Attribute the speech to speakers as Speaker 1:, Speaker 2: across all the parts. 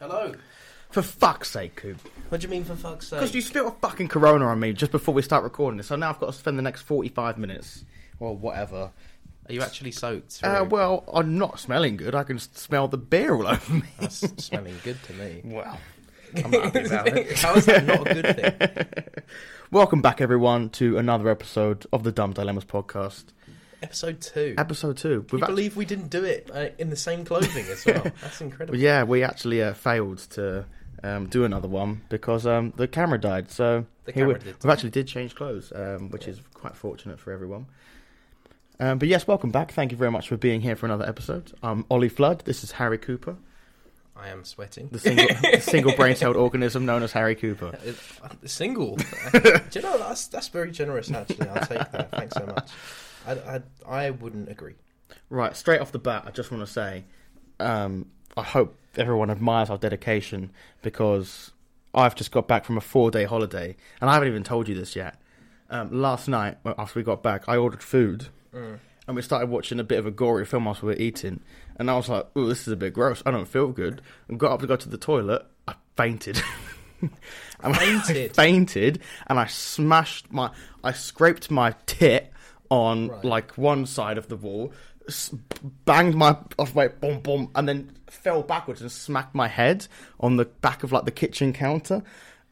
Speaker 1: Hello.
Speaker 2: For fuck's sake, Coop.
Speaker 3: What do you mean for fuck's sake?
Speaker 2: Because you spit a fucking corona on me just before we start recording this, so now I've got to spend the next 45 minutes or whatever.
Speaker 3: Are you actually soaked?
Speaker 2: Uh,
Speaker 3: through?
Speaker 2: well, I'm not smelling good. I can s- smell the beer all over me.
Speaker 3: That's smelling good to me.
Speaker 2: Well, I'm not happy about it.
Speaker 3: How is that not a good thing?
Speaker 2: Welcome back, everyone, to another episode of the Dumb Dilemmas podcast.
Speaker 3: Episode two.
Speaker 2: Episode 2.
Speaker 3: Can
Speaker 2: Uh, We've
Speaker 3: you
Speaker 2: act-
Speaker 3: believe we didn't do it uh, in the same clothing as well? That's incredible.
Speaker 2: yeah, we actually uh, failed to um, do another one because um, the camera died. So
Speaker 3: The
Speaker 2: here we,
Speaker 3: camera did.
Speaker 2: we actually did change clothes, um, which is quite fortunate for everyone. Um, but yes, welcome back. Thank you very much for being here for another episode. I'm Ollie Flood. This is Harry Cooper,
Speaker 3: I am sweating.
Speaker 2: the single, the single brain-celled organism known as Harry Cooper.
Speaker 3: Uh, uh, Single. do you know that's that's very generous actually. I'll take that. Thanks so much. I, I, I wouldn't agree.
Speaker 2: Right, straight off the bat, I just want to say, um, I hope everyone admires our dedication because I've just got back from a four-day holiday, and I haven't even told you this yet. Um, last night, well, after we got back, I ordered food, and we started watching a bit of a gory film whilst we were eating, and I was like, "Ooh, this is a bit gross. I don't feel good." And got up to go to the toilet, I fainted. And I
Speaker 3: Fainted?
Speaker 2: fainted, and I smashed my, I scraped my tit on
Speaker 3: Right.
Speaker 2: like one side of the wall, s- banged my off my boom boom, and then fell backwards and smacked my head on the back of like the kitchen counter,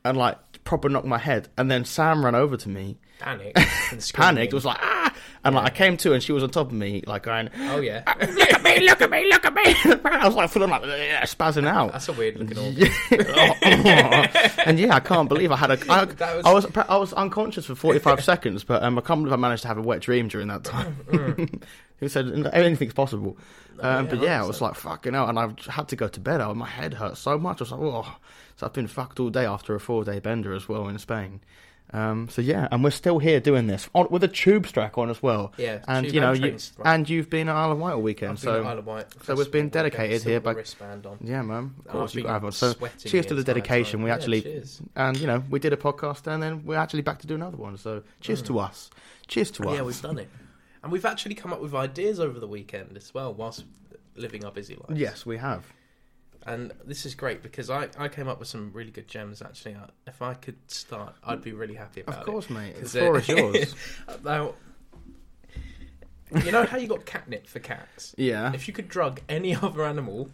Speaker 2: and like proper knocked my head. And then Sam ran over to me,
Speaker 3: Panic. and screaming.
Speaker 2: panicked, was like ah, and like I came to, and she was on top of me, like going. "Ah,
Speaker 3: Oh yeah.
Speaker 2: Look at me! Look at me! Look at me! I was like feeling like spazzing out.
Speaker 3: That's a weird looking organ.
Speaker 2: Oh. and yeah, I can't believe I had a. I,
Speaker 3: That was-
Speaker 2: I was I was unconscious for forty five seconds, but um, I can't believe I managed to have a wet dream during that
Speaker 3: Mm.
Speaker 2: time. Who said anything's possible? Um, but yeah, I was like fucking hell, and I had to go to bed. I, my head hurt so much. I was like, oh, so I've been fucked all day after a four day bender as well in Spain. Um, so yeah, and we're still here doing this on, with a tube strap on as well.
Speaker 3: Yeah,
Speaker 2: and
Speaker 3: tube
Speaker 2: you know,
Speaker 3: and
Speaker 2: you,
Speaker 3: train strap.
Speaker 2: and you've been at Isle of Wight all weekend,
Speaker 3: I've been
Speaker 2: so
Speaker 3: at Isle of Wight
Speaker 2: so we've
Speaker 3: Festival,
Speaker 2: been
Speaker 3: I've got a
Speaker 2: dedicated here
Speaker 3: silver
Speaker 2: by-
Speaker 3: wristband on.
Speaker 2: yeah, man. Of
Speaker 3: I've
Speaker 2: course, you
Speaker 3: been
Speaker 2: gotta have on. So,
Speaker 3: sweating
Speaker 2: cheers
Speaker 3: the
Speaker 2: to the
Speaker 3: entire
Speaker 2: dedication.
Speaker 3: time.
Speaker 2: We
Speaker 3: Yeah,
Speaker 2: actually,
Speaker 3: cheers.
Speaker 2: and you know, we did a podcast, and then we're actually back to do another one. So, cheers to us. Cheers to us.
Speaker 3: Hmm. Yeah, we've done it. And we've actually come up with ideas over the weekend as well, whilst living our busy lives.
Speaker 2: Yes, we have.
Speaker 3: And this is great because I, I came up with some really good gems actually. I- If I could start, I'd be really happy about
Speaker 2: Of
Speaker 3: it.
Speaker 2: course, mate. The
Speaker 3: 'Cause,
Speaker 2: floor
Speaker 3: uh,
Speaker 2: is yours.
Speaker 3: now, you know how you got catnip for cats?
Speaker 2: Yeah.
Speaker 3: If you could drug any other animal,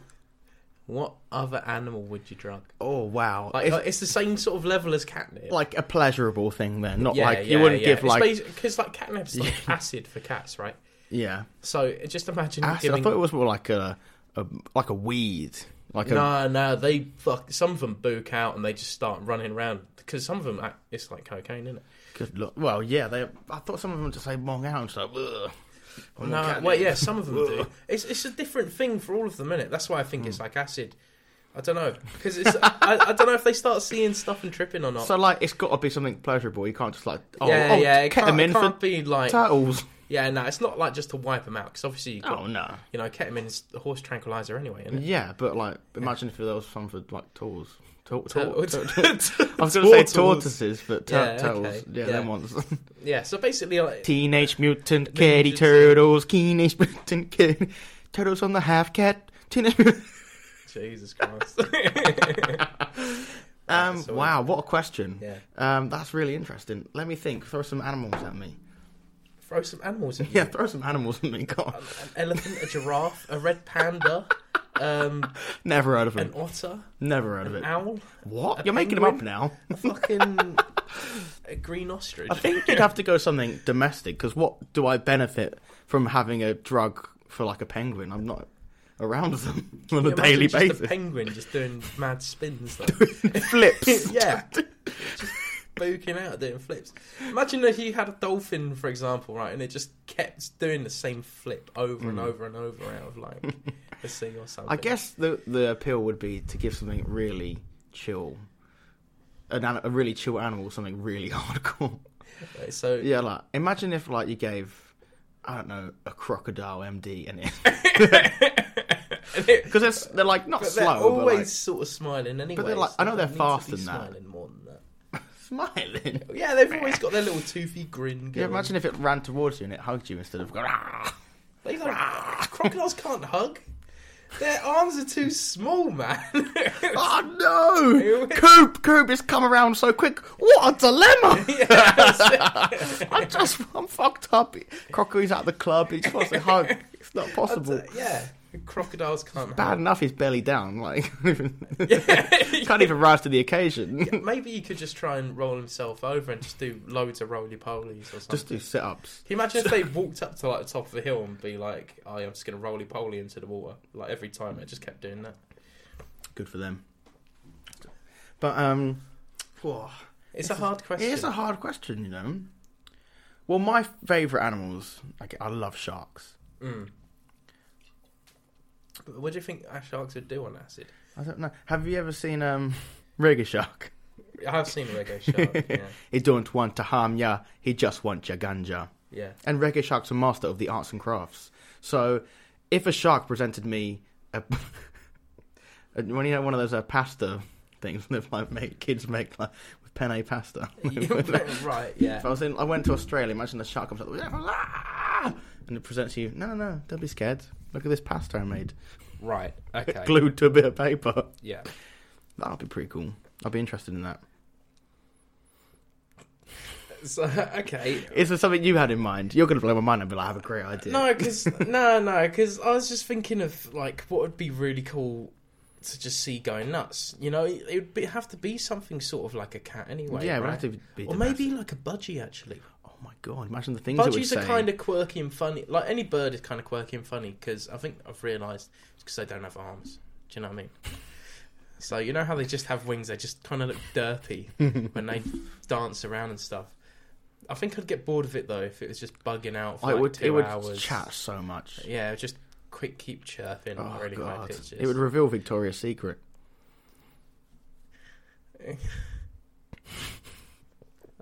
Speaker 3: what other animal would you drug?
Speaker 2: Oh wow.
Speaker 3: Like,
Speaker 2: it's
Speaker 3: it's, the same sort of level as catnip.
Speaker 2: like a pleasurable thing, then. Not like you wouldn't give like
Speaker 3: because like catnip's like acid for cats, right?
Speaker 2: yeah.
Speaker 3: So just imagine
Speaker 2: Acid.
Speaker 3: giving
Speaker 2: I thought it was more like a, a like a weed. Like a
Speaker 3: No, no, they fuck. Some of them book out and they just start running around because some of them act, it's like cocaine, isn't it?
Speaker 2: good look. Well, yeah. They. I thought some of them just say mong out and stuff. Ugh. I'm
Speaker 3: no,
Speaker 2: catnip.
Speaker 3: well, yeah, some of them do. It's it's a different thing for all of them, innit? That's why I think it's
Speaker 2: Hmm.
Speaker 3: like acid. I don't know because it's I, I don't know if they start seeing stuff and tripping or not.
Speaker 2: So like, it's got to be something pleasurable. You can't just like oh,
Speaker 3: yeah,
Speaker 2: oh
Speaker 3: yeah, it can't,
Speaker 2: ketamine
Speaker 3: it
Speaker 2: for
Speaker 3: can't be like
Speaker 2: turtles.
Speaker 3: yeah, no, it's not like just to wipe them out because obviously you got,
Speaker 2: Oh no.
Speaker 3: you know ketamine is a horse tranquilizer anyway, isn't it?
Speaker 2: Yeah, but like, imagine if there was some for like tools. Tor- tor- tor- I
Speaker 3: I
Speaker 2: was going to say tortoises, but tur-
Speaker 3: Yeah,
Speaker 2: turtles.
Speaker 3: okay.
Speaker 2: Yeah,
Speaker 3: Yeah.
Speaker 2: them ones.
Speaker 3: Yeah, so basically, like,
Speaker 2: Teenage Mutant
Speaker 3: Ninja
Speaker 2: Kitty Turtles. Teenage Mutant Kitty Turtles on the half cat. Teenage Mutant.
Speaker 3: Jesus Christ.
Speaker 2: Um,
Speaker 3: so-
Speaker 2: wow, what a question.
Speaker 3: Yeah.
Speaker 2: Um, that's really interesting. Let me think. Throw some animals at me.
Speaker 3: Throw some animals in
Speaker 2: Yeah, throw some animals at me. God,
Speaker 3: an elephant, a giraffe, a red panda, um,
Speaker 2: never heard of
Speaker 3: an
Speaker 2: it.
Speaker 3: otter,
Speaker 2: Never heard of
Speaker 3: an
Speaker 2: it.
Speaker 3: owl,
Speaker 2: What?
Speaker 3: an
Speaker 2: You're making them up
Speaker 3: penguin?
Speaker 2: now.
Speaker 3: a fucking a green ostrich.
Speaker 2: I think you'd have to go something domestic because what do I benefit from having a drug for like a penguin? I'm not around them on a
Speaker 3: Imagine
Speaker 2: daily
Speaker 3: just
Speaker 2: basis.
Speaker 3: A penguin just doing mad spins, though.
Speaker 2: Flips.
Speaker 3: yeah, just booking out, doing flips. Imagine if you had a dolphin, for example, right, and it just kept doing the same flip over and over and over out of like the sea or something.
Speaker 2: Hmm. I guess the the appeal would be to give something really chill, an, an- a really chill animal something really hardcore.
Speaker 3: Right, So
Speaker 2: Yeah, like imagine if like you gave I don't know a crocodile MD and it because it's they're like not
Speaker 3: But
Speaker 2: slow,
Speaker 3: they're always
Speaker 2: always
Speaker 3: sort of smiling anyway.
Speaker 2: they're like-
Speaker 3: so
Speaker 2: I know
Speaker 3: they
Speaker 2: they're
Speaker 3: need to
Speaker 2: fast
Speaker 3: be
Speaker 2: in that.
Speaker 3: Smiling more than that.
Speaker 2: but like smiling.
Speaker 3: Yeah, they've always got their little toothy grin. Going.
Speaker 2: Yeah, imagine if it ran towards you and it hugged you instead of going. "Ah."
Speaker 3: They don't, crocodiles can't hug. Their arms are too small, man.
Speaker 2: Oh no! Coop, Coop has come around so quick. What a dilemma! I'm just, I'm fucked up. Crockery's at the club. He just wants to hug. It's not possible.
Speaker 3: yeah, crocodiles can't.
Speaker 2: Bad enough, he's belly down. Like can't even rise to the occasion.
Speaker 3: Maybe he could just try and roll himself over and just do loads of roly polies or something.
Speaker 2: Just do sit-ups.
Speaker 3: Can you imagine if they walked up to like the top of a hill and be like, oh, yeah, "I'm just gonna roly poly into the water"? Like every time, it just kept doing that.
Speaker 2: Good for them. But um, whoa,
Speaker 3: It's, a hard question.
Speaker 2: it is a hard question, you know. Well, my favourite animals. I, get- I love sharks.
Speaker 3: Mm. But what do you think our sharks would do on acid?
Speaker 2: I don't know. Have you ever seen um, Rigger Shark?
Speaker 3: I have seen a reggae shark. yeah,
Speaker 2: He don't want to harm ya, he just wants your ganja.
Speaker 3: yeah.
Speaker 2: And reggae sharks are master of the arts and crafts. So, if a shark presented me a, a when you know one of those uh, pasta things that like make kids make like with penne pasta.
Speaker 3: right, yeah.
Speaker 2: If I was in, I went to Australia. Imagine the shark comes up, "Ah!" and it presents you. No, no, don't be scared. Look at this pasta I made,
Speaker 3: Right. Okay.
Speaker 2: glued to a bit of paper.
Speaker 3: yeah.
Speaker 2: That would be pretty cool. I'd be interested in that.
Speaker 3: So okay.
Speaker 2: Is there something you had in mind? You're gonna blow my mind and be like, "I have a great idea."
Speaker 3: No, because no, no, because I was just thinking of like what would be really cool to just see going nuts. You know, it would be, have to be something sort of like a cat anyway.
Speaker 2: yeah,
Speaker 3: right?
Speaker 2: it would have to be.
Speaker 3: or
Speaker 2: domestic.
Speaker 3: maybe like a budgie actually.
Speaker 2: Oh my god! Imagine the things it would
Speaker 3: Budgies
Speaker 2: say.
Speaker 3: are kind of quirky and funny. Like any bird is kind of quirky and funny because I think I've realised it's because they don't have arms. Do you know what I mean? So you know how they just have wings? They just kind of look dirty when they dance around and stuff. I think I'd get bored of it though if it was just bugging out for
Speaker 2: I
Speaker 3: like
Speaker 2: would.
Speaker 3: two
Speaker 2: It would
Speaker 3: hours.
Speaker 2: chat so much.
Speaker 3: Yeah, it would just quick keep chirping
Speaker 2: Oh
Speaker 3: really high
Speaker 2: god!
Speaker 3: pitches.
Speaker 2: It would reveal Victoria's Secret.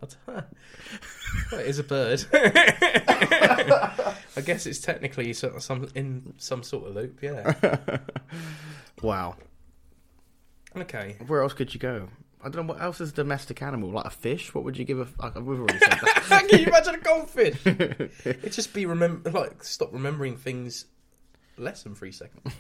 Speaker 3: I don't know. well, it is a bird. I guess it's technically so- some in some sort of loop. Yeah.
Speaker 2: Wow.
Speaker 3: Okay.
Speaker 2: Where else could you go? I don't know what else is a domestic animal like a fish. What would you give a? Like, we've already said that.
Speaker 3: Can you imagine a goldfish? It'd just be remember like stop remembering things less than three seconds.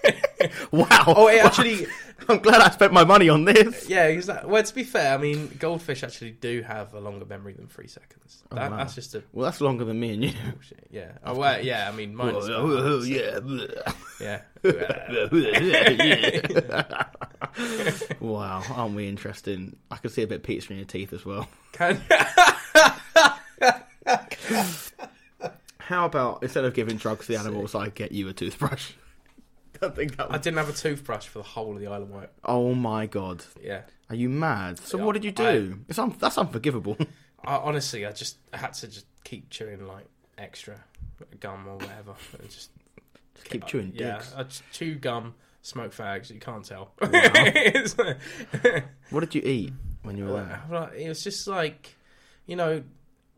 Speaker 2: wow.
Speaker 3: Oh, it actually,
Speaker 2: I'm glad I spent my money on this.
Speaker 3: yeah. Exactly. Well, to be fair, I mean, goldfish actually do have a longer memory than three seconds. That,
Speaker 2: wow.
Speaker 3: That's just a
Speaker 2: Well, that's longer than me and you.
Speaker 3: bullshit. Yeah. Oh, well, yeah. I mean, mine. is about
Speaker 2: Oh,
Speaker 3: that, so- Yeah.
Speaker 2: yeah. wow, aren't we interesting? I can see a bit of pizza in your teeth as well.
Speaker 3: Can-
Speaker 2: How about instead of giving drugs to the animals, I get you a toothbrush? I think that
Speaker 3: I
Speaker 2: would...
Speaker 3: didn't have a toothbrush for the whole of the Isle of Wight.
Speaker 2: Oh my god,
Speaker 3: Yeah.
Speaker 2: are you mad? So
Speaker 3: Yeah,
Speaker 2: what did you do? It's un- that's unforgivable.
Speaker 3: I, honestly, I just had to just keep chewing like extra gum or whatever. And just
Speaker 2: keep chewing
Speaker 3: Uh, yeah,
Speaker 2: dicks.
Speaker 3: I just chew gum, smoke fags. You can't tell.
Speaker 2: What did you eat when you were there?
Speaker 3: Well, it was just like, you know,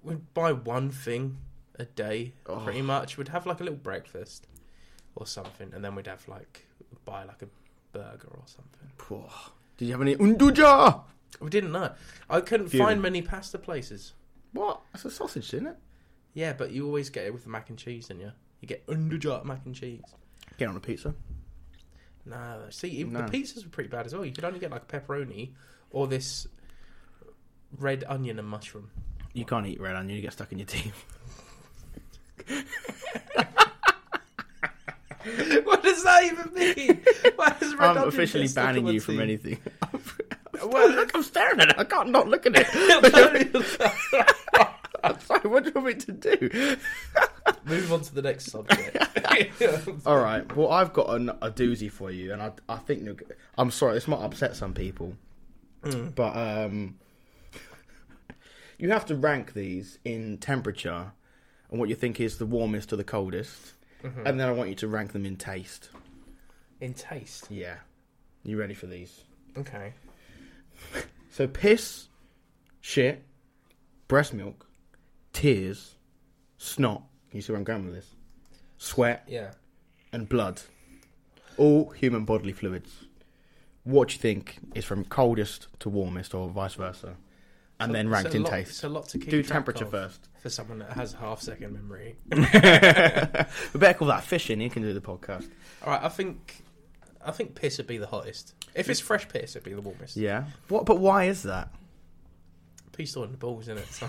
Speaker 3: we'd buy one thing a day,
Speaker 2: Oh.
Speaker 3: pretty much. We'd have like a little breakfast or something, and then we'd have like buy like a burger or something.
Speaker 2: Poor. Did you have any unduja?
Speaker 3: We didn't know. I couldn't
Speaker 2: Fuming.
Speaker 3: find many pasta places.
Speaker 2: What? That's a sausage, isn't it?
Speaker 3: Yeah, but you always get it with the mac and cheese, don't you? You get underjar mac and cheese.
Speaker 2: Get on a pizza.
Speaker 3: No, see, even
Speaker 2: No.
Speaker 3: the pizzas were pretty bad as well. You could only get like a pepperoni or this red onion and mushroom.
Speaker 2: You can't eat red onion; you get stuck in your teeth.
Speaker 3: what does that even mean? Why is red
Speaker 2: I'm
Speaker 3: onion
Speaker 2: officially
Speaker 3: just stuck in
Speaker 2: banning
Speaker 3: my
Speaker 2: you from
Speaker 3: teeth?
Speaker 2: anything.
Speaker 3: Well,
Speaker 2: Look, I'm staring at it. I can't not look at it.
Speaker 3: Move
Speaker 2: I'm sorry. What do you want me to do?
Speaker 3: on to the next subject.
Speaker 2: All right. Well, I've got an, a doozy for you, and I, I think you're, g- I'm sorry. This might upset some people, but um, you have to rank these in temperature and what you think is the warmest to the coldest, and then I want you to rank them in taste.
Speaker 3: In taste.
Speaker 2: Yeah. You ready for these?
Speaker 3: Okay.
Speaker 2: So piss, shit, breast milk, tears, snot. Can you see where I'm going with this? Sweat
Speaker 3: Yeah.
Speaker 2: and blood. All human bodily fluids. What do you think is from coldest to warmest, or vice versa? And then
Speaker 3: It's a
Speaker 2: ranked in
Speaker 3: lot- It's
Speaker 2: taste.
Speaker 3: a lot to keep
Speaker 2: Do
Speaker 3: track
Speaker 2: temperature
Speaker 3: of
Speaker 2: first.
Speaker 3: For someone that has half second memory.
Speaker 2: We better call that fishing. He can do the podcast.
Speaker 3: All right, I think I think piss would be the hottest. If it's fresh piss, it'd be the warmest.
Speaker 2: Yeah. What? But why is that?
Speaker 3: Peace on the balls in it. So.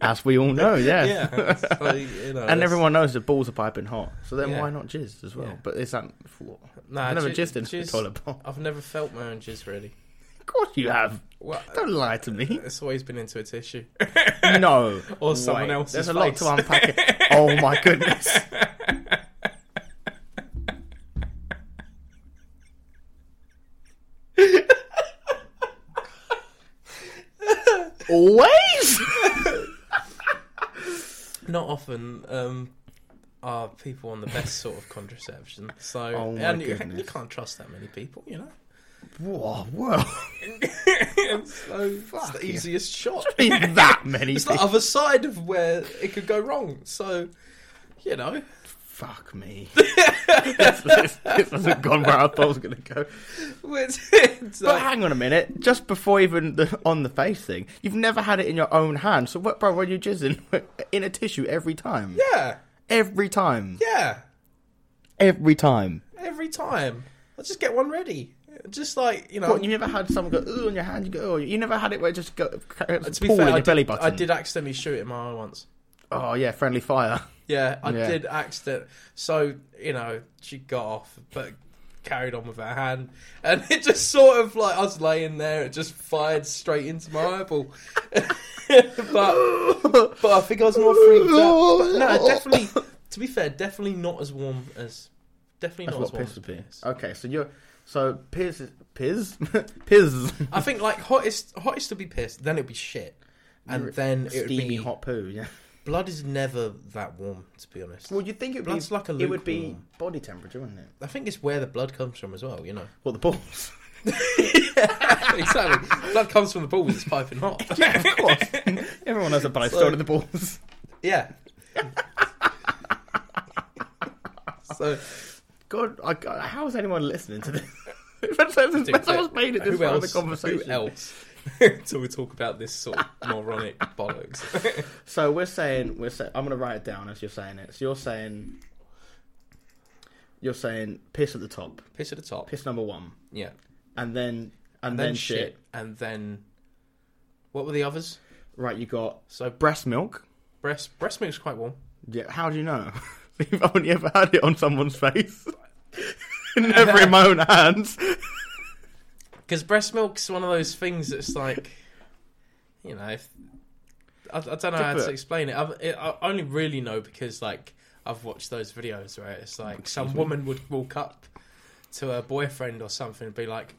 Speaker 2: As we all know, yeah.
Speaker 3: yeah. So, you know,
Speaker 2: and
Speaker 3: that's-
Speaker 2: everyone knows that balls are piping hot, so then
Speaker 3: Yeah.
Speaker 2: why not jizz as well?
Speaker 3: Yeah.
Speaker 2: But is that what?
Speaker 3: Nah,
Speaker 2: I've never
Speaker 3: ju-
Speaker 2: jizzed in a
Speaker 3: jizz-
Speaker 2: toilet bowl.
Speaker 3: I've never felt my own jizz really.
Speaker 2: Of course you have.
Speaker 3: Well,
Speaker 2: Don't lie to me.
Speaker 3: it's always been into a tissue.
Speaker 2: No.
Speaker 3: Or someone else's
Speaker 2: There's a lot
Speaker 3: face.
Speaker 2: to unpack. here. oh my goodness. Always.
Speaker 3: Not often um, are people on the best sort of contraception. So
Speaker 2: Oh my
Speaker 3: and you, you
Speaker 2: goodness.
Speaker 3: can't trust that many people, you know.
Speaker 2: Whoa, whoa.
Speaker 3: And so it's the
Speaker 2: Fucking-
Speaker 3: easiest shot.
Speaker 2: Ain't that many.
Speaker 3: It's the
Speaker 2: people.
Speaker 3: other side of where it could go wrong. So, you know,
Speaker 2: Fuck me. this, this, this hasn't gone where I thought it was going to go.
Speaker 3: it's, it's
Speaker 2: But
Speaker 3: like-
Speaker 2: hang on a minute. Just before even the on the face thing, you've never had it in your own hand. So what, bro? When you jizzing in a tissue every time,
Speaker 3: yeah,
Speaker 2: every time,
Speaker 3: yeah.
Speaker 2: every time.
Speaker 3: Every time, I just get one ready. Just like you know,
Speaker 2: What, you never had someone go ooh on your hand? You go, oh, you never had it where it just go
Speaker 3: to be
Speaker 2: pull
Speaker 3: fair,
Speaker 2: in
Speaker 3: I
Speaker 2: your
Speaker 3: did,
Speaker 2: belly button.
Speaker 3: I did accidentally shoot it in my eye once.
Speaker 2: Oh yeah, friendly fire.
Speaker 3: Yeah, I
Speaker 2: Yeah.
Speaker 3: did accident. So you know, she got off, but carried on with her hand, and it just sort of like I was laying there, it just fired straight into my eyeball. but but I think I was more freaked out. But no, definitely. To be fair, definitely not as warm as definitely
Speaker 2: That's
Speaker 3: not as
Speaker 2: what
Speaker 3: warm
Speaker 2: piss
Speaker 3: as
Speaker 2: would be.
Speaker 3: piss.
Speaker 2: Okay, so you're so piss is- piss piss
Speaker 3: I think like hottest hottest to be pissed, then it'd be shit, and then it would
Speaker 2: steamy
Speaker 3: be
Speaker 2: hot poo. Yeah.
Speaker 3: Blood is never that warm, to be honest.
Speaker 2: Well, you think it would
Speaker 3: Blood's
Speaker 2: be
Speaker 3: like a
Speaker 2: it would be
Speaker 3: lukewarm.
Speaker 2: body temperature, wouldn't it?
Speaker 3: I think it's where the blood comes from as well. You know.
Speaker 2: Well, the balls.
Speaker 3: exactly. Blood comes from the balls. It's piping hot.
Speaker 2: yeah, of course. Everyone has a blood
Speaker 3: So-
Speaker 2: stone in the balls.
Speaker 3: yeah. so
Speaker 2: God, I, God, how is anyone listening to this? That's- that's- that's what's made it
Speaker 3: who
Speaker 2: this far in the
Speaker 3: else?
Speaker 2: conversation.
Speaker 3: Who else? Until we talk about this sort of moronic bollocks.
Speaker 2: So we're saying we're saying I'm gonna write it down as you're saying it. So you're saying you're saying piss at the top,
Speaker 3: Piss at the top.
Speaker 2: piss number one,
Speaker 3: Yeah.
Speaker 2: and then and, then, shit.
Speaker 3: And then what were the others?
Speaker 2: Right, you got
Speaker 3: So
Speaker 2: breast milk.
Speaker 3: breast breast milk's quite warm.
Speaker 2: Yeah, how do you know? You've only ever had it on someone's face. Never in my own hands.
Speaker 3: Because breast milk's one of those things that's like, you know, if, I, I don't know how to
Speaker 2: Different.
Speaker 3: explain it. I've, it. I only really know because like I've watched those videos where it's like some
Speaker 2: Oh, me.
Speaker 3: woman would walk up to her boyfriend or something and be like,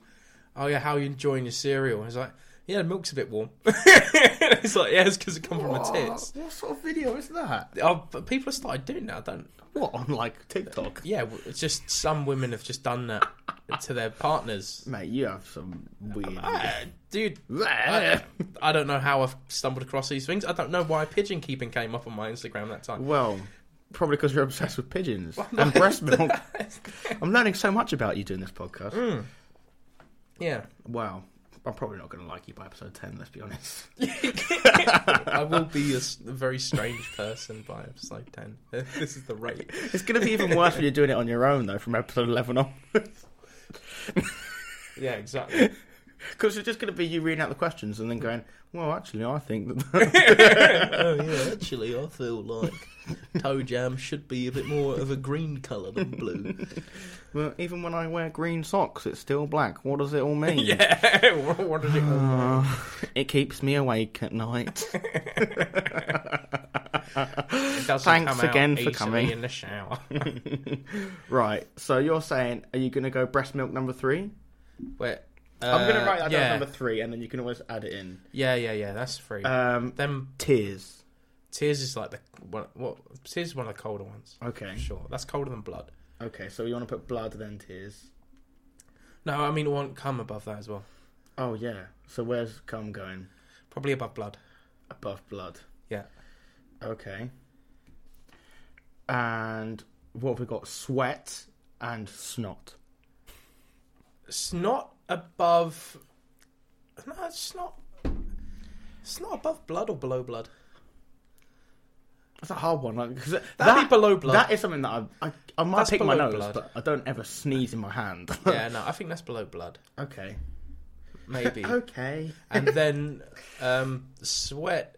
Speaker 3: "Oh yeah, how are you enjoying your cereal?" And it's like, "Yeah, the milk's a bit warm." it's like, "Yeah, it's because it comes from her tits."
Speaker 2: What sort of video is that?
Speaker 3: Oh, but people have started doing that. I don't.
Speaker 2: What on like TikTok?
Speaker 3: Yeah, w- it's just some women have just done that to their partners.
Speaker 2: Mate, you have some weird.
Speaker 3: Ah, dude, I, I don't know how I've stumbled across these things. I don't know why pigeon keeping came up on my Instagram that time.
Speaker 2: well, probably because you're obsessed with pigeons and breast milk. I'm learning so much about you doing this podcast.
Speaker 3: Hmm. Yeah,
Speaker 2: Wow. I'm probably not going to like you by episode 10, let's be honest.
Speaker 3: I will be a, s- a very strange person by episode 10. this is the rate.
Speaker 2: It's going to be even worse when you're doing it on your own, though, from episode 11 on.
Speaker 3: Yeah, exactly.
Speaker 2: Because it's just going to be you reading out the questions and then going, well, actually, I think that.
Speaker 3: oh, yeah, actually, I feel like toe jam should be a bit more of a green colour than blue.
Speaker 2: well, even when I wear green socks, it's still black. What does it all mean?
Speaker 3: yeah, what, what did it all
Speaker 2: Uh, it keeps me awake at night.
Speaker 3: It doesn't
Speaker 2: Thanks
Speaker 3: come out
Speaker 2: again for
Speaker 3: easily
Speaker 2: coming.
Speaker 3: in the shower.
Speaker 2: right, so you're saying, are you going to go breast milk number three?
Speaker 3: Wait,
Speaker 2: I'm going
Speaker 3: uh,
Speaker 2: to write that
Speaker 3: yeah.
Speaker 2: down as number three, and then you can always add it in.
Speaker 3: Yeah, yeah, yeah, that's free.
Speaker 2: Um,
Speaker 3: Them
Speaker 2: tears.
Speaker 3: Tears is like the one. What tears is one of the colder ones.
Speaker 2: Okay.
Speaker 3: Sure, that's colder than blood.
Speaker 2: Okay, so you want to put blood, then tears.
Speaker 3: No, I mean one come above that as well.
Speaker 2: Oh, yeah. So where's cum going?
Speaker 3: Probably above blood.
Speaker 2: Above blood.
Speaker 3: Yeah.
Speaker 2: Okay. And what have we got? Sweat and snot.
Speaker 3: It's not above. No, it's not. It's not above blood or below blood.
Speaker 2: That's a hard one. Like, 'cause
Speaker 3: That'd be
Speaker 2: that-
Speaker 3: below blood.
Speaker 2: That is something that I I, I might
Speaker 3: That's
Speaker 2: pick my
Speaker 3: below
Speaker 2: nose,
Speaker 3: blood.
Speaker 2: but I don't ever sneeze in my hand.
Speaker 3: yeah, no, I think that's below blood,
Speaker 2: okay.
Speaker 3: maybe.
Speaker 2: Okay.
Speaker 3: and then um, sweat.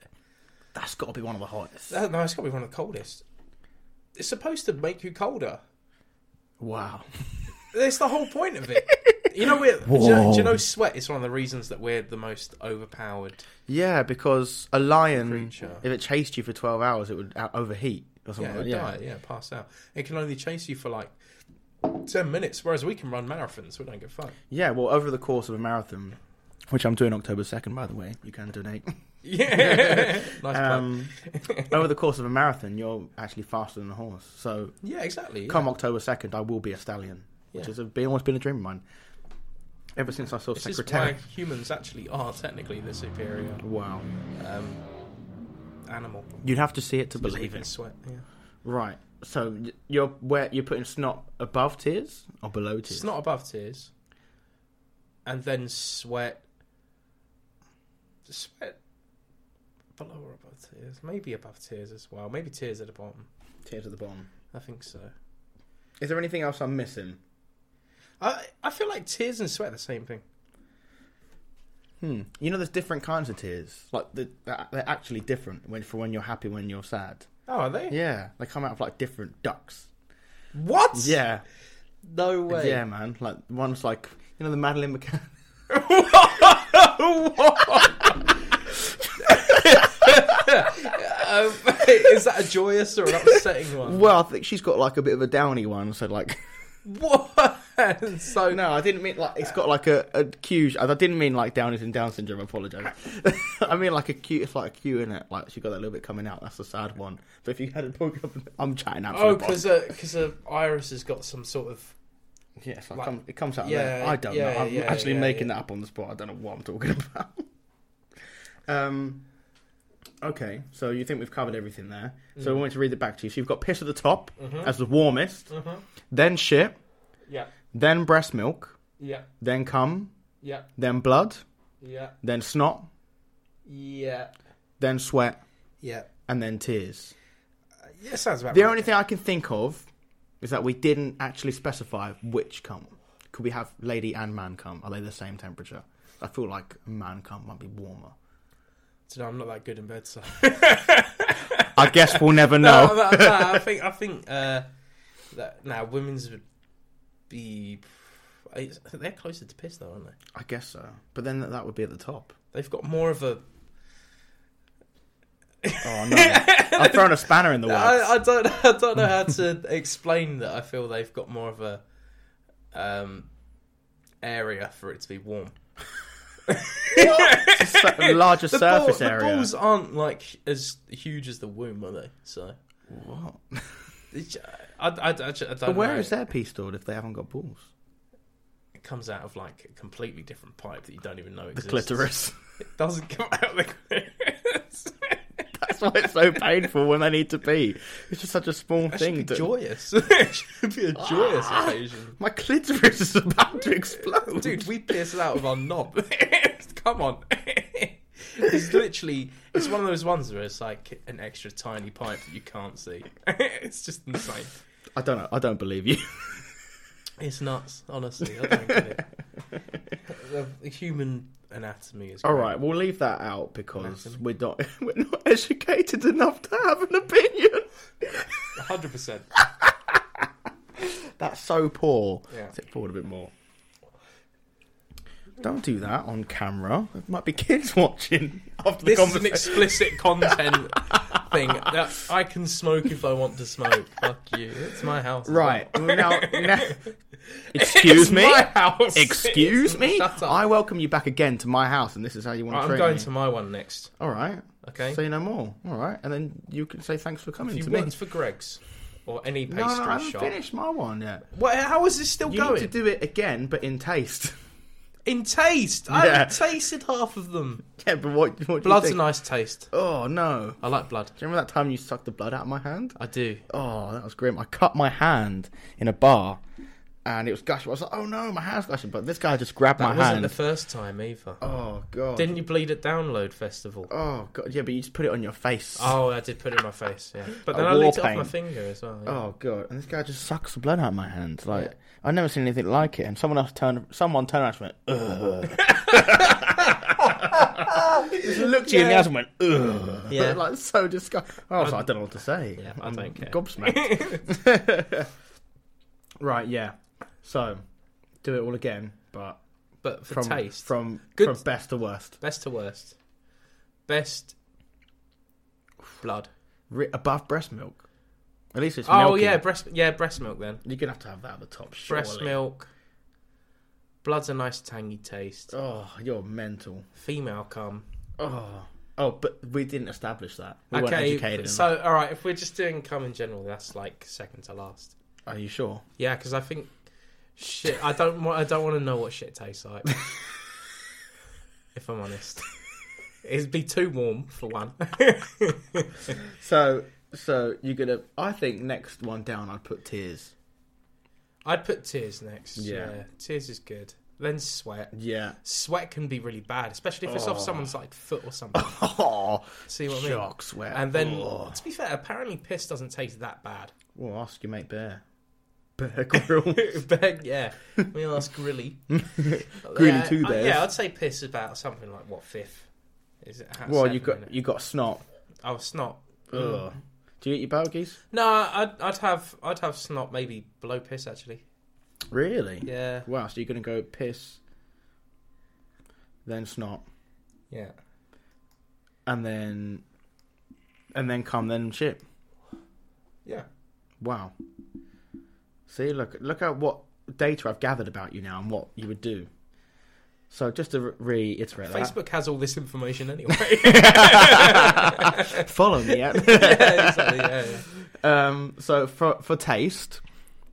Speaker 2: That's got to be one of the hottest.
Speaker 3: that- No, it's got to be one of the coldest. It's supposed to make you colder.
Speaker 2: Wow.
Speaker 3: That's the whole point of it. You know, we're, do, you know, do you know sweat is one of the reasons that we're the most overpowered.
Speaker 2: Yeah, because a lion,
Speaker 3: Creature.
Speaker 2: if it chased you for twelve hours, it would out- overheat or
Speaker 3: Yeah,
Speaker 2: something.
Speaker 3: it'll
Speaker 2: like that.
Speaker 3: die, yeah, pass out. It can only chase you for like ten minutes, whereas we can run marathons. We don't give a fuck.
Speaker 2: Yeah, well, over the course of a marathon, which I'm doing October 2nd, by the way, you can donate.
Speaker 3: Yeah, nice plug.
Speaker 2: Um, over the course of a marathon, you're actually faster than a horse. So
Speaker 3: Yeah, exactly.
Speaker 2: come October 2nd, I will be a stallion, which
Speaker 3: Yeah.
Speaker 2: has been, always been a dream of mine. Ever since I saw
Speaker 3: This is
Speaker 2: Secretary.
Speaker 3: why humans actually are technically the superior
Speaker 2: Wow.
Speaker 3: um, animal.
Speaker 2: You'd have to see it to
Speaker 3: Because we
Speaker 2: believe
Speaker 3: can
Speaker 2: it.
Speaker 3: Sweat. Yeah.
Speaker 2: Right. So y- you're where you're putting snot above tears or below tears?
Speaker 3: It's not above tears. And then sweat. Sweat below or above tears. Maybe above tears as well. Maybe tears at the bottom.
Speaker 2: tears at the bottom.
Speaker 3: I think so.
Speaker 2: Is there anything else I'm missing?
Speaker 3: I I feel like tears and sweat are the same thing.
Speaker 2: Hmm. You know, there's different kinds of tears. Like the- they're, they're actually different when, for when you're happy, when you're sad.
Speaker 3: Oh, are they?
Speaker 2: Yeah, they come out of like different ducts.
Speaker 3: What?
Speaker 2: Yeah,
Speaker 3: No way.
Speaker 2: yeah, man. Like one's like you know the Madeline McCann.
Speaker 3: Um, is that a joyous or an upsetting one?
Speaker 2: Well, I think she's got like a bit of a downy one. So like,
Speaker 3: What? so
Speaker 2: no, I didn't mean like it's got like a, a cue. I didn't mean like Downey's and Down syndrome. I apologize. I mean like a cute. It's like a cue in it. Like she got that little bit coming out. That's the sad one. But if you had it broken up, I'm chatting out.
Speaker 3: Oh,
Speaker 2: for the boss.
Speaker 3: because because uh, Iris has got some sort of
Speaker 2: yeah, it's like,
Speaker 3: like-
Speaker 2: come- it comes out.
Speaker 3: yeah,
Speaker 2: Yeah, there. I don't
Speaker 3: yeah,
Speaker 2: know. I'm
Speaker 3: yeah,
Speaker 2: actually
Speaker 3: yeah,
Speaker 2: making
Speaker 3: yeah.
Speaker 2: that up on the spot. I don't know what I'm talking about. um. Okay, so you think we've covered everything there. So I
Speaker 3: Mm.
Speaker 2: want to read it back to you. So you've got piss at the top
Speaker 3: Mm-hmm.
Speaker 2: as the warmest, then shit,
Speaker 3: yeah
Speaker 2: then breast milk,
Speaker 3: yeah
Speaker 2: then cum,
Speaker 3: yeah
Speaker 2: then blood,
Speaker 3: yeah
Speaker 2: then snot,
Speaker 3: yeah
Speaker 2: then sweat,
Speaker 3: yeah.
Speaker 2: and then tears.
Speaker 3: Yeah, sounds about
Speaker 2: The
Speaker 3: right.
Speaker 2: only thing I can think of is that we didn't actually specify which cum. Could we have lady and man cum? Are they the same temperature? I feel like man cum might be warmer.
Speaker 3: So, no, I'm not that good in bed, so
Speaker 2: I guess we'll never
Speaker 3: no,
Speaker 2: know.
Speaker 3: no, no, I think I think uh, that now women's would be it's- they're closer to piss though, aren't they?
Speaker 2: I guess so. But then that would be at the top.
Speaker 3: They've got more of a.
Speaker 2: Oh no! I've thrown a spanner in the works.
Speaker 3: I, I don't I don't know how to explain that. I feel they've got more of a um area for it to be warm.
Speaker 2: It's a larger
Speaker 3: The, ball-
Speaker 2: surface
Speaker 3: the
Speaker 2: area.
Speaker 3: balls aren't like as huge as the womb, are they? So
Speaker 2: What?
Speaker 3: it's- I, I, I, ju- I don't
Speaker 2: But where
Speaker 3: know.
Speaker 2: is their pee stored if they haven't got balls?
Speaker 3: It comes out of like a completely different pipe that you don't even know
Speaker 2: The
Speaker 3: exists.
Speaker 2: clitoris.
Speaker 3: It doesn't come out of the clitoris.
Speaker 2: That's why it's so painful when they need to pee. It's just such a small
Speaker 3: That
Speaker 2: thing. Ah.
Speaker 3: should be
Speaker 2: to-
Speaker 3: joyous. it should be a joyous occasion.
Speaker 2: My clitoris is about to explode.
Speaker 3: Dude, we pierce it out of our knob. Come on. it's literally it's one of those ones where it's like an extra tiny pipe that you can't see. it's just insane.
Speaker 2: I don't know. I don't believe you.
Speaker 3: It's nuts, honestly. I don't get it. The, the human anatomy is
Speaker 2: All
Speaker 3: great.
Speaker 2: right, we'll leave that out because
Speaker 3: Anatomy.
Speaker 2: we're not we're not educated enough to have an opinion.
Speaker 3: 100%.
Speaker 2: That's so poor.
Speaker 3: Yeah.
Speaker 2: Sit forward a bit more. Don't do that on camera. There might be kids watching after the
Speaker 3: This is an
Speaker 2: conversation.
Speaker 3: explicit content thing. That I can smoke if I want to smoke. Fuck you. It's my house.
Speaker 2: right well, now, now- excuse
Speaker 3: It's
Speaker 2: me.
Speaker 3: my house.
Speaker 2: Excuse
Speaker 3: It's-
Speaker 2: me.
Speaker 3: Shut up.
Speaker 2: I welcome you back again to my house, and this is how you want to
Speaker 3: I'm
Speaker 2: treat
Speaker 3: going
Speaker 2: me.
Speaker 3: to my one next.
Speaker 2: All right.
Speaker 3: Okay.
Speaker 2: Say no more. All right, and then you can say thanks for coming
Speaker 3: If
Speaker 2: to
Speaker 3: you
Speaker 2: me.
Speaker 3: worked for Greg's or any
Speaker 2: No, no,
Speaker 3: pastry
Speaker 2: I haven't
Speaker 3: shop.
Speaker 2: finished my one yet.
Speaker 3: What, how is this still
Speaker 2: You
Speaker 3: going?
Speaker 2: need to do it again, but in taste.
Speaker 3: In taste. I
Speaker 2: Yeah.
Speaker 3: haven't tasted half of them.
Speaker 2: yeah, but what? what do you
Speaker 3: Blood's a
Speaker 2: think?
Speaker 3: nice taste.
Speaker 2: Oh no!
Speaker 3: I like blood.
Speaker 2: Do you remember that time you sucked the blood out of my hand?
Speaker 3: I do.
Speaker 2: Oh, that was grim. I cut my hand in a bar, and it was gushing. I was like, oh no, my hand's gushing. But this guy just grabbed
Speaker 3: That
Speaker 2: my
Speaker 3: wasn't
Speaker 2: hand.
Speaker 3: the first time either.
Speaker 2: oh god.
Speaker 3: Didn't you bleed at Download Festival?
Speaker 2: Oh god. Yeah, but you just put it on your face.
Speaker 3: Oh, I did put it in my face, yeah. But then
Speaker 2: A
Speaker 3: I licked
Speaker 2: war
Speaker 3: it off my
Speaker 2: paint.
Speaker 3: finger as well. yeah.
Speaker 2: Oh god! And this guy just sucks the blood out of my hand. Like
Speaker 3: Yeah.
Speaker 2: I've never seen anything like it. And someone else turned, someone turned around and went, ugh. just looked you in the
Speaker 3: Yeah.
Speaker 2: eyes and went, ugh.
Speaker 3: Yeah.
Speaker 2: like so disgusting. I was
Speaker 3: I'm-
Speaker 2: like, I don't know what to say.
Speaker 3: Yeah, I
Speaker 2: I'm
Speaker 3: don't care.
Speaker 2: Gobsmacked. right? Yeah. So do it all again, but
Speaker 3: But for
Speaker 2: from
Speaker 3: taste,
Speaker 2: from
Speaker 3: Good-
Speaker 2: from best to worst,
Speaker 3: best to worst. Best blood.
Speaker 2: Re- above breast milk. At least it's
Speaker 3: Oh
Speaker 2: milky.
Speaker 3: yeah, breast yeah, breast milk then.
Speaker 2: You're gonna have to have that at the top. Surely.
Speaker 3: Breast milk. Blood's a nice tangy taste.
Speaker 2: Oh, you're mental.
Speaker 3: Female cum.
Speaker 2: Oh, oh, but we didn't establish that. We weren't
Speaker 3: okay,
Speaker 2: educated.
Speaker 3: so all right, if we're just doing cum in general, that's like second to last.
Speaker 2: are you sure?
Speaker 3: Yeah, because I think shit. I don't want. I don't want to know what shit tastes like. if I'm honest, it'd be too warm for one.
Speaker 2: So, so you're gonna. I think next one down, I'd put tears.
Speaker 3: I'd put tears next.
Speaker 2: Yeah.
Speaker 3: Yeah. tears is good. Then sweat.
Speaker 2: Yeah.
Speaker 3: Sweat can be really bad, especially if it's
Speaker 2: Oh.
Speaker 3: off someone's like foot or something.
Speaker 2: Oh,
Speaker 3: See what I mean?
Speaker 2: shock sweat.
Speaker 3: And then,
Speaker 2: Oh.
Speaker 3: to be fair, apparently piss doesn't taste that bad.
Speaker 2: we'll ask your mate Bear. Bear Grill.
Speaker 3: But, yeah, we ask Grilly.
Speaker 2: Grilly
Speaker 3: Yeah,
Speaker 2: two
Speaker 3: I-
Speaker 2: bears.
Speaker 3: Yeah, I'd say piss is about something like what fifth? Is it? how-
Speaker 2: well,
Speaker 3: seven,
Speaker 2: you got
Speaker 3: innit?
Speaker 2: you got snot.
Speaker 3: Oh, snot.
Speaker 2: Ugh. Do you eat your bogies?
Speaker 3: No, I'd I'd have I'd have snot maybe below piss actually.
Speaker 2: Really?
Speaker 3: Yeah,
Speaker 2: Wow. So you're gonna go piss, then snot,
Speaker 3: yeah.
Speaker 2: and then, and then come, then shit.
Speaker 3: Yeah,
Speaker 2: Wow. See, look, look at what data I've gathered about you now and what you would do. So just to re- reiterate
Speaker 3: Facebook has all this information anyway.
Speaker 2: that, follow me. Yeah.
Speaker 3: yeah, exactly, yeah, yeah.
Speaker 2: um, so for for taste,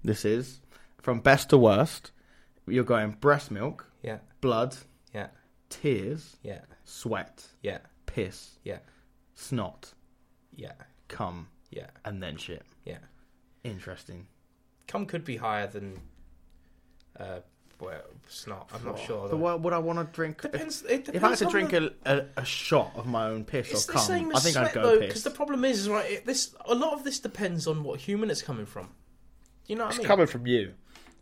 Speaker 2: this is from best to worst. You're going breast milk,
Speaker 3: Yeah,
Speaker 2: blood,
Speaker 3: Yeah.
Speaker 2: tears,
Speaker 3: yeah,
Speaker 2: sweat,
Speaker 3: yeah,
Speaker 2: piss,
Speaker 3: Yeah.
Speaker 2: snot,
Speaker 3: yeah,
Speaker 2: cum,
Speaker 3: yeah,
Speaker 2: and then shit.
Speaker 3: yeah.
Speaker 2: Interesting.
Speaker 3: Cum could be higher than uh, well, snot. I'm not sure.
Speaker 2: But
Speaker 3: though.
Speaker 2: what Oh, would I want to drink? If,
Speaker 3: Depends. It depends
Speaker 2: if I had to
Speaker 3: on
Speaker 2: drink
Speaker 3: the...
Speaker 2: a, a, a shot of my own piss
Speaker 3: It's
Speaker 2: or
Speaker 3: the same
Speaker 2: cum, I
Speaker 3: as
Speaker 2: think
Speaker 3: sweat
Speaker 2: I'd go
Speaker 3: though,
Speaker 2: piss.
Speaker 3: because the problem is, is right. It, this a lot of this depends on what human it's coming from. You know what I mean?
Speaker 2: from you.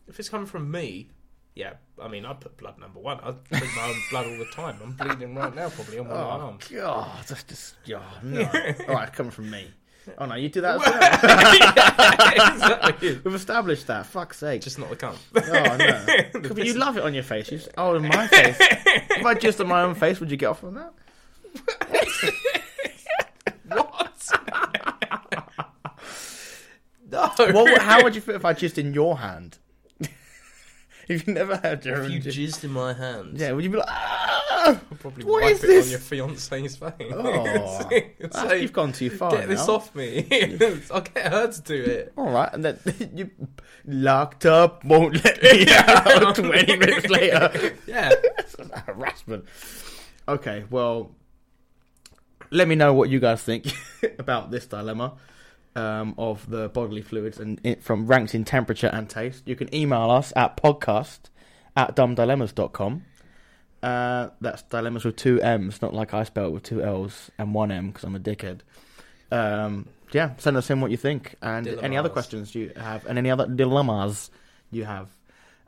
Speaker 3: if it's coming from me, yeah, I mean, I'd put blood number one. I'd drink my own blood all the time. I'm bleeding right now, probably, on one of my
Speaker 2: Oh,
Speaker 3: arm.
Speaker 2: God. That's just. Oh, no. All right, coming from me. Oh, no, you do that as well.
Speaker 3: exactly.
Speaker 2: We've established that. Fuck's sake.
Speaker 3: Just not the cum.
Speaker 2: Oh, no. But you love it on your face. You just, oh, in my face. if I just on my own face, would you get off on that?
Speaker 3: What? no.
Speaker 2: Well, how would you feel if I just in your hand? if you never had your
Speaker 3: if
Speaker 2: own
Speaker 3: you
Speaker 2: juice-
Speaker 3: jizzed in my hands,
Speaker 2: Yeah, would you be like, ah!
Speaker 3: I'd probably
Speaker 2: What
Speaker 3: wipe
Speaker 2: is
Speaker 3: it
Speaker 2: this?
Speaker 3: on your fiance's face.
Speaker 2: Oh,
Speaker 3: Say-
Speaker 2: that's-
Speaker 3: say,
Speaker 2: you've gone too far.
Speaker 3: get this
Speaker 2: now."
Speaker 3: off me. I'll get her to do it.
Speaker 2: All right, and then you locked up, won't let me out. Twenty minutes later,
Speaker 3: Yeah.
Speaker 2: harassment. Okay, well, let me know what you guys think about this dilemma um, of the bodily fluids and it, from ranks in temperature and taste. You can email us at podcast at dumbdilemmas.com. Uh, that's dilemmas with two M's, not like I spell it with two L's and one M because I'm a dickhead. Um, yeah, send us in what you think and any other
Speaker 3: Dilemmas.
Speaker 2: questions you have and any other dilemmas you have.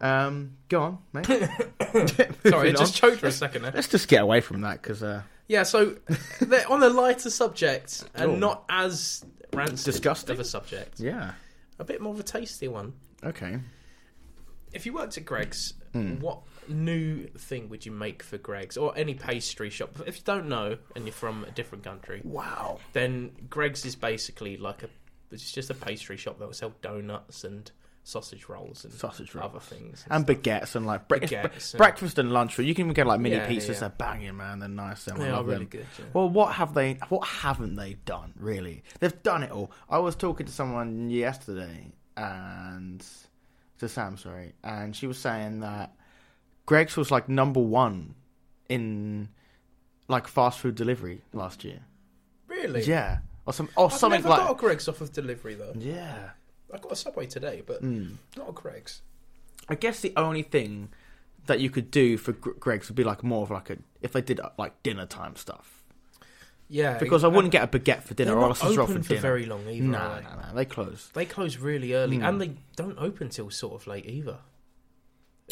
Speaker 2: Um, go on, mate.
Speaker 3: Sorry,
Speaker 2: Moving
Speaker 3: I just choked for a second there.
Speaker 2: Let's just get away from that because uh,
Speaker 3: Yeah, so they're on a lighter subject and
Speaker 2: Ooh.
Speaker 3: not as rancid
Speaker 2: Oh. Disgusting.
Speaker 3: of a subject,
Speaker 2: yeah,
Speaker 3: a bit more of a tasty one.
Speaker 2: okay.
Speaker 3: If you worked at Greg's,
Speaker 2: Mm.
Speaker 3: what new thing would you make for Greg's or any pastry shop? If you don't know and you're from a different country,
Speaker 2: Wow.
Speaker 3: then Greg's is basically like a it's just a pastry shop that will sell donuts and sausage rolls and
Speaker 2: Sausage
Speaker 3: other
Speaker 2: rolls.
Speaker 3: things.
Speaker 2: And baguettes and like bre-
Speaker 3: Baguettes and-
Speaker 2: breakfast and lunch. Or you can even get like mini
Speaker 3: Yeah,
Speaker 2: pizzas.
Speaker 3: yeah.
Speaker 2: They're banging, man. They're nice. They're
Speaker 3: they
Speaker 2: I
Speaker 3: are
Speaker 2: love
Speaker 3: really
Speaker 2: them.
Speaker 3: good. yeah.
Speaker 2: Well, what have they? What haven't they done? Really, they've done it all. I was talking to someone yesterday, and to Sam, sorry, and she was saying that Greg's was like number one in like fast food delivery last year.
Speaker 3: Really?
Speaker 2: Yeah, or some, or
Speaker 3: I've
Speaker 2: something
Speaker 3: never
Speaker 2: like.
Speaker 3: got a Greg's off of delivery though.
Speaker 2: Yeah.
Speaker 3: I got a Subway today, but
Speaker 2: Mm.
Speaker 3: not a Greg's.
Speaker 2: I guess the only thing that you could do for Gr- Greg's would be like more of like a if they did uh, like dinner time stuff
Speaker 3: Yeah,
Speaker 2: because I wouldn't get a baguette for dinner
Speaker 3: they're
Speaker 2: or a
Speaker 3: not
Speaker 2: sausage roll for
Speaker 3: open for
Speaker 2: dinner.
Speaker 3: very long either.
Speaker 2: no,
Speaker 3: are
Speaker 2: no,
Speaker 3: they?
Speaker 2: no, they close.
Speaker 3: They close really early,
Speaker 2: Hmm.
Speaker 3: and they don't open till sort of late either.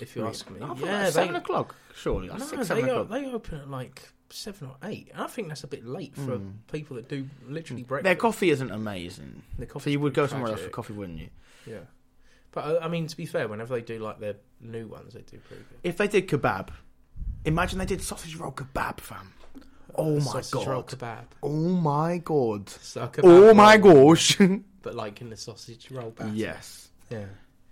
Speaker 3: If you ask me,
Speaker 2: I thought
Speaker 3: yeah,
Speaker 2: like seven
Speaker 3: they,
Speaker 2: o'clock surely. Like
Speaker 3: no,
Speaker 2: six,
Speaker 3: they,
Speaker 2: seven
Speaker 3: o-
Speaker 2: o'clock.
Speaker 3: they open at like seven or eight, and I think that's a bit late for
Speaker 2: Hmm.
Speaker 3: people that do literally
Speaker 2: Their
Speaker 3: breakfast.
Speaker 2: coffee isn't amazing,
Speaker 3: Their
Speaker 2: so
Speaker 3: coffee's
Speaker 2: you would
Speaker 3: pretty
Speaker 2: go somewhere else for
Speaker 3: tragic.
Speaker 2: coffee, wouldn't you?
Speaker 3: Yeah, but uh, I mean, to be fair, whenever they do like their new ones, they do pretty good.
Speaker 2: If they did kebab, imagine they did sausage roll kebab, fam. Oh
Speaker 3: Uh,
Speaker 2: my
Speaker 3: sausage roll
Speaker 2: God.
Speaker 3: kebab.
Speaker 2: Oh my god.
Speaker 3: So a kebab
Speaker 2: Oh
Speaker 3: roll,
Speaker 2: my gosh.
Speaker 3: But like in the sausage roll batter.
Speaker 2: yes.
Speaker 3: yeah.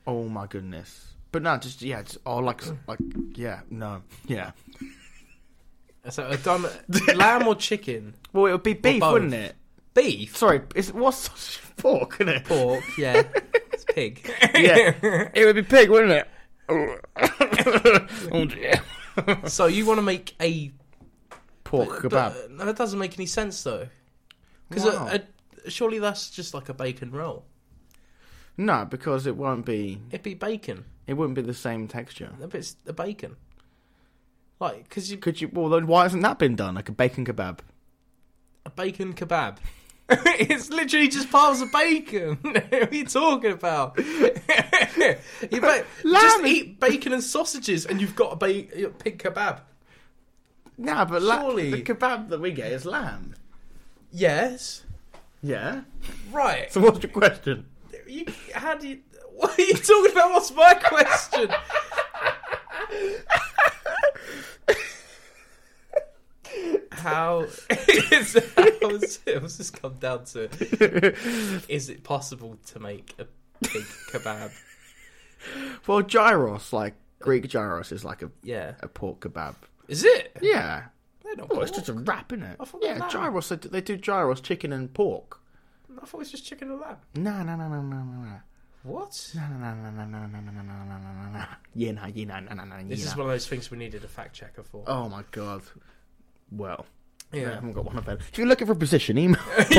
Speaker 2: Oh my goodness. But no, just yeah, just, oh like like yeah, no, yeah.
Speaker 3: So I've done lamb or chicken,
Speaker 2: Well, it would be beef,
Speaker 3: both.
Speaker 2: wouldn't it?
Speaker 3: beef,
Speaker 2: Sorry, it's what's sausage pork, isn't it?
Speaker 3: pork. Yeah, it's pig.
Speaker 2: Yeah, it would be pig, wouldn't it? oh dear.
Speaker 3: So you want to make a
Speaker 2: Pork
Speaker 3: but-
Speaker 2: kebab.
Speaker 3: but, uh, that doesn't make any sense though, because
Speaker 2: Wow.
Speaker 3: surely that's just like a bacon roll.
Speaker 2: no, because it won't be.
Speaker 3: It'd be bacon,
Speaker 2: It wouldn't be the same texture.
Speaker 3: if it's the bacon. Like, because you
Speaker 2: Could you? Well, then why hasn't that been done? Like a bacon kebab.
Speaker 3: a bacon kebab. it's literally just piles of bacon. what are you talking about? you ba- just
Speaker 2: Lamb is-
Speaker 3: eat bacon and sausages, and you've got a ba- pig kebab.
Speaker 2: No, but la-
Speaker 3: Surely-
Speaker 2: the kebab that we get is lamb.
Speaker 3: Yes,
Speaker 2: Yeah.
Speaker 3: right.
Speaker 2: So what's your question?
Speaker 3: You, how do you? What are you talking about? What's my question? how is how's, how's this come down to? Is it possible to make a big kebab?
Speaker 2: Well, gyros, like Greek gyros, is like a,
Speaker 3: Yeah,
Speaker 2: a pork kebab.
Speaker 3: is it?
Speaker 2: Yeah.
Speaker 3: They're not
Speaker 2: Well, Oh, it's
Speaker 3: pork.
Speaker 2: just a wrap, isn't it?
Speaker 3: I thought
Speaker 2: Yeah,
Speaker 3: lamb.
Speaker 2: gyros. They do, they do gyros, chicken and pork.
Speaker 3: I thought it was just chicken and lamb.
Speaker 2: No, no, no, no, no, no, no.
Speaker 3: What?
Speaker 2: No, no, no, no, no, no, no, no, no, no, no, no, no, no. Yeah, no, yeah, no, no, no, no,
Speaker 3: This
Speaker 2: yeah,
Speaker 3: is
Speaker 2: no.
Speaker 3: one of those things we needed a fact checker for.
Speaker 2: Oh my god. Well, I
Speaker 3: yeah,
Speaker 2: haven't got one of them. If you're looking for a position, email.
Speaker 3: in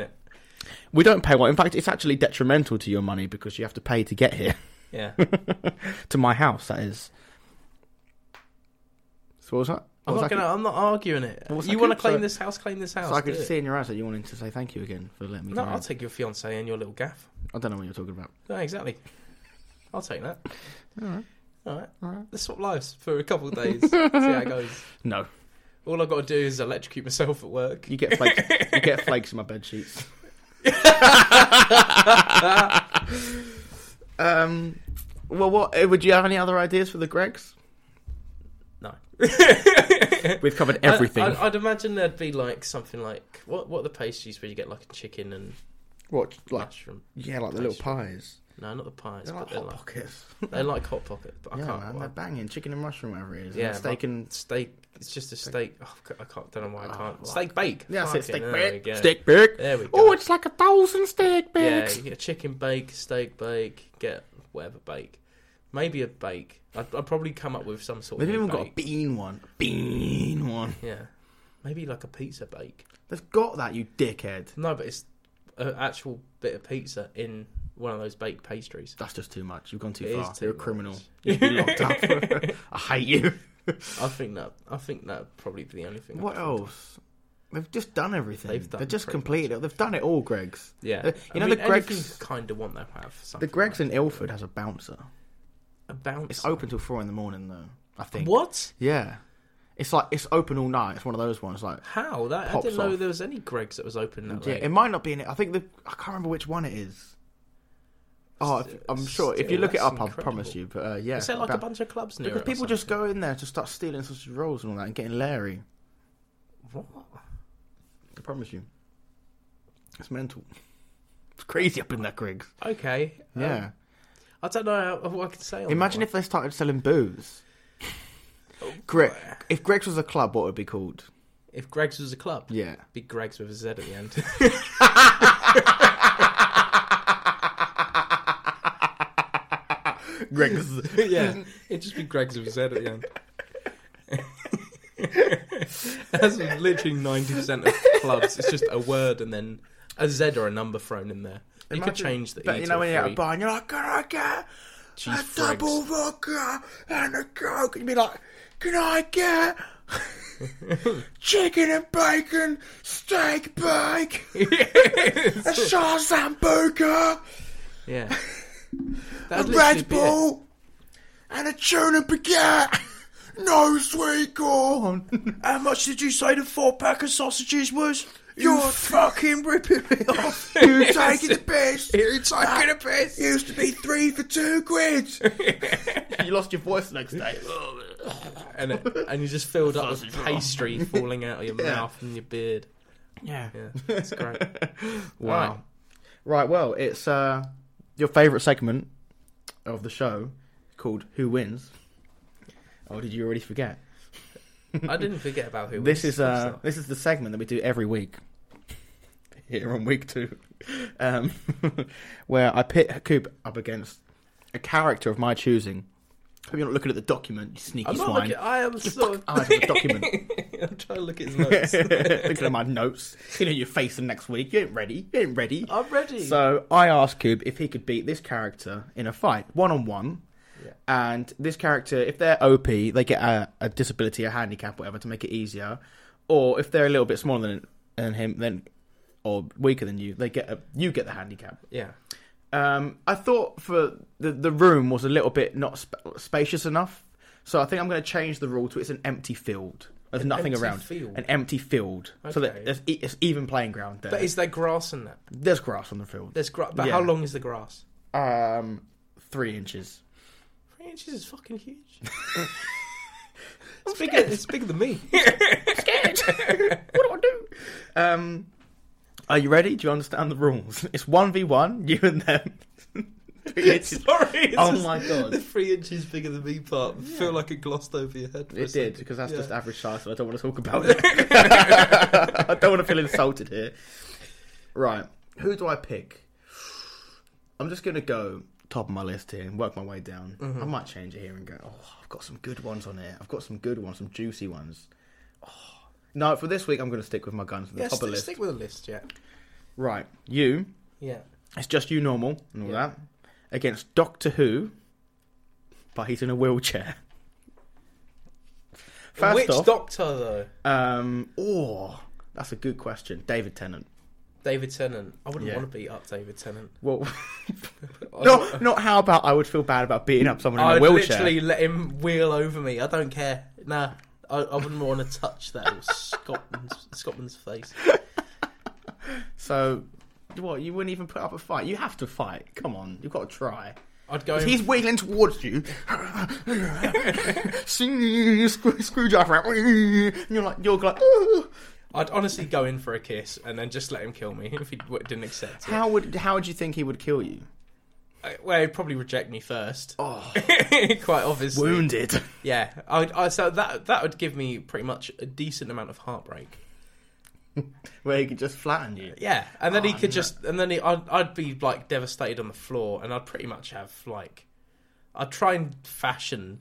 Speaker 3: it.
Speaker 2: We don't pay well. In fact, it's actually detrimental to your money because you have to pay to get here.
Speaker 3: Yeah.
Speaker 2: to my house, that is. So what was that? What
Speaker 3: I'm
Speaker 2: was
Speaker 3: not
Speaker 2: that?
Speaker 3: gonna. I'm not arguing it.
Speaker 2: What was
Speaker 3: you
Speaker 2: that
Speaker 3: want to
Speaker 2: good?
Speaker 3: claim
Speaker 2: So-
Speaker 3: this house? Claim this house.
Speaker 2: So I could
Speaker 3: do it.
Speaker 2: see in your eyes that you wanted to say thank you again for letting me
Speaker 3: No,
Speaker 2: come
Speaker 3: I'll
Speaker 2: in.
Speaker 3: take your fiance and your little gaff.
Speaker 2: I don't know what you're talking about.
Speaker 3: No, exactly. I'll take that.
Speaker 2: Alright.
Speaker 3: All right.
Speaker 2: Alright.
Speaker 3: Let's swap lives for a couple of days. see how it goes.
Speaker 2: No,
Speaker 3: All I've got to do is electrocute myself at work.
Speaker 2: you get flakes. you get flakes in my bed sheets. um, well, what uh, would you have any other ideas for the Gregs?
Speaker 3: No.
Speaker 2: We've covered everything.
Speaker 3: I, would imagine there'd be like something like what? What are the pastries where you get like a chicken and
Speaker 2: what, like,
Speaker 3: mushroom?
Speaker 2: yeah, like the little pies.
Speaker 3: No, not the pies.
Speaker 2: They're
Speaker 3: but
Speaker 2: like
Speaker 3: they're
Speaker 2: hot
Speaker 3: like
Speaker 2: pockets.
Speaker 3: they like hot pocket. But I
Speaker 2: yeah,
Speaker 3: can't.
Speaker 2: man,
Speaker 3: well,
Speaker 2: they're banging chicken and mushroom, whatever it is.
Speaker 3: Yeah,
Speaker 2: Yeah, and steak and
Speaker 3: steak. It's just a steak. Oh, I can't. Don't know why I
Speaker 2: Oh,
Speaker 3: can't.
Speaker 2: well,
Speaker 3: steak bake.
Speaker 2: yeah, that's
Speaker 3: Fucking
Speaker 2: it, steak
Speaker 3: hell,
Speaker 2: bake,
Speaker 3: yeah.
Speaker 2: steak bake.
Speaker 3: There we go.
Speaker 2: Oh, it's like a thousand steak
Speaker 3: Yeah,
Speaker 2: bakes.
Speaker 3: you get a chicken bake, steak bake, get whatever bake. Maybe a bake. I'd, I'd probably come up with some sort
Speaker 2: They've
Speaker 3: of.
Speaker 2: even
Speaker 3: new
Speaker 2: got a
Speaker 3: bake.
Speaker 2: bean one. Bean one.
Speaker 3: Yeah. Maybe like a pizza bake.
Speaker 2: They've got that, you dickhead.
Speaker 3: No, but it's an actual bit of pizza in one of those baked pastries.
Speaker 2: That's just too much. You've gone too
Speaker 3: It is
Speaker 2: far.
Speaker 3: too
Speaker 2: You're a
Speaker 3: much.
Speaker 2: criminal. You'd be locked up. I hate you.
Speaker 3: I think that. I think that would probably be the only thing. I
Speaker 2: What
Speaker 3: could think of.
Speaker 2: else? They've just done everything.
Speaker 3: They've
Speaker 2: They've,
Speaker 3: done
Speaker 2: just
Speaker 3: pretty
Speaker 2: completed it. They've done it all, Greg's.
Speaker 3: Yeah.
Speaker 2: Uh, you know the Greggs-
Speaker 3: kind of want them to have something.
Speaker 2: The Greg's
Speaker 3: like
Speaker 2: in Ilford has a bouncer.
Speaker 3: a bounce.
Speaker 2: It's open till four in the morning, though. I think.
Speaker 3: What?
Speaker 2: Yeah. It's like it's open all night. It's one of those ones. Like
Speaker 3: How? That I
Speaker 2: Pops
Speaker 3: didn't know
Speaker 2: off.
Speaker 3: there was any Greg's that was open that
Speaker 2: Yeah,
Speaker 3: late.
Speaker 2: it might not be in it. I think the I can't remember which one it is. Oh, if, I'm sure. If you
Speaker 3: Still,
Speaker 2: look it
Speaker 3: that's
Speaker 2: up, I
Speaker 3: incredible.
Speaker 2: promise you. But uh, yeah,
Speaker 3: Is there like a
Speaker 2: about-
Speaker 3: bunch of clubs near it
Speaker 2: because
Speaker 3: or
Speaker 2: people just
Speaker 3: something?
Speaker 2: go in there to start stealing sausage rolls and all that and getting Larry.
Speaker 3: What?
Speaker 2: I promise you, it's mental. It's crazy up in that Griggs.
Speaker 3: Okay. um,
Speaker 2: Yeah.
Speaker 3: I don't know how, what I can say. On
Speaker 2: Oh, Imagine if they started selling booze. Greg, if Greg's was a club, what would it be called?
Speaker 3: Oh, if if Greg's was a club,
Speaker 2: Yeah.
Speaker 3: it'd be Greg's with a Z at the end.
Speaker 2: Greg's.
Speaker 3: yeah, it'd just be Greg's with a Z at the end. That's literally ninety percent of clubs. It's just a word and then a Z or a number thrown in there. You could change the
Speaker 2: But
Speaker 3: E
Speaker 2: you
Speaker 3: to
Speaker 2: know
Speaker 3: a
Speaker 2: when you're at a
Speaker 3: three.
Speaker 2: bar and you're like, can I get
Speaker 3: Cheese
Speaker 2: a
Speaker 3: frigs.
Speaker 2: double vodka and a coke? And you'd be like, can I get chicken and bacon steak bake, a Shazambuka,
Speaker 3: yeah.
Speaker 2: a
Speaker 3: That'd literally
Speaker 2: Red
Speaker 3: be it.
Speaker 2: Bull, and a tuna baguette? No sweet corn.
Speaker 1: How much did you say the four pack of sausages was? You're fucking ripping me off.
Speaker 2: you taking the piss?
Speaker 1: You're taking a piss.
Speaker 2: used to be three for two quid. you lost your voice the next day.
Speaker 3: and, it, and you just filled up with pastry falling out of your mouth and your beard.
Speaker 1: Yeah.
Speaker 3: Yeah, it's great.
Speaker 2: wow. Right. well, it's uh, your favourite segment of the show called Who Wins. Oh, did you already forget?
Speaker 3: I didn't forget about who.
Speaker 2: This
Speaker 3: wins.
Speaker 2: is uh, this is the segment that we do every week. Here on week two, um, where I pit Coop up against a character of my choosing. Hope you're not looking at the document, you sneaky
Speaker 3: I'm not
Speaker 2: swine.
Speaker 3: looking. I am sort of.
Speaker 2: I have the document.
Speaker 3: I'm trying to look at his notes.
Speaker 2: Looking at my notes, looking at your face and next week. You ain't ready. You ain't ready.
Speaker 3: I'm ready.
Speaker 2: So I asked Cube if he could beat this character in a fight, one on one.
Speaker 3: Yeah.
Speaker 2: And this character, if they're OP, they get a, a disability, a handicap, whatever, to make it easier. Or if they're a little bit smaller than, than him, then or weaker than you, they get a, you get the handicap.
Speaker 3: yeah,
Speaker 2: Um, I thought for the the room was a little bit not sp- spacious enough, so I think I'm going to change the rule to it's an empty field. There's
Speaker 3: An
Speaker 2: nothing
Speaker 3: empty
Speaker 2: around.
Speaker 3: field?
Speaker 2: An empty field,
Speaker 3: Okay.
Speaker 2: so that there's, e- it's even playing ground there.
Speaker 3: but is there grass in that?
Speaker 2: there's grass on the field.
Speaker 3: There's grass. But
Speaker 2: uh, Yeah.
Speaker 3: how long is the grass?
Speaker 2: Um, three inches.
Speaker 3: Three inches is fucking huge. it's bigger. It's bigger than me.
Speaker 2: What do I do? Um, are you ready? Do you understand the rules? It's one v one, you and them. three inches.
Speaker 3: Sorry. it's
Speaker 2: Oh
Speaker 3: just-
Speaker 2: my God.
Speaker 3: The three inches bigger than me part feel like it glossed over your head. for a
Speaker 2: It did
Speaker 3: second.
Speaker 2: because that's
Speaker 3: Yeah.
Speaker 2: just average size, so I don't want to talk about it. I don't want to feel insulted here. Right, who do I pick? I'm just gonna go top of my list here and work my way down.
Speaker 3: Mm-hmm.
Speaker 2: I might change it here and go. Oh, I've got some good ones on here. I've got some good ones, some juicy ones. Oh. No, for this week I'm gonna stick with my guns at the
Speaker 3: Yeah,
Speaker 2: top of
Speaker 3: stick,
Speaker 2: the list.
Speaker 3: stick with a list. Yeah.
Speaker 2: Right, you.
Speaker 3: Yeah.
Speaker 2: It's just you, normal, and all
Speaker 3: Yeah.
Speaker 2: that against Doctor Who, but he's in a wheelchair. First
Speaker 3: Which
Speaker 2: off,
Speaker 3: doctor though?
Speaker 2: Um, or that's a good question, David Tennant.
Speaker 3: David Tennant. I wouldn't
Speaker 2: Yeah.
Speaker 3: want to beat up David Tennant.
Speaker 2: Well,
Speaker 3: I-
Speaker 2: not not how about I would feel bad about beating up someone in a
Speaker 3: Oh. I'd
Speaker 2: wheelchair.
Speaker 3: literally let him wheel over me. I don't care. Nah, I, I wouldn't want to touch that little Scotland's, Scotland's face.
Speaker 2: So, what? You wouldn't even put up a fight. You have to fight. Come on, you've got to try.
Speaker 3: I'd go.
Speaker 2: He's wiggling towards you. Sing- screw- Screwdriver, out. and you're like, you're like, "Ooh."
Speaker 3: I'd honestly go in for a kiss and then just let him kill me if he w- didn't accept it.
Speaker 2: how would how would you think he would kill you?
Speaker 3: I- Well, he'd probably reject me first.
Speaker 2: Oh.
Speaker 3: Quite obviously.
Speaker 2: Wounded.
Speaker 3: Yeah. I, I, so that that would give me pretty much a decent amount of heartbreak.
Speaker 2: Where he could just flatten you.
Speaker 3: Yeah, and then he
Speaker 2: Oh,
Speaker 3: could
Speaker 2: no.
Speaker 3: just, and then he, I'd, I'd be like devastated on the floor, and I'd pretty much have like, I'd try and fashion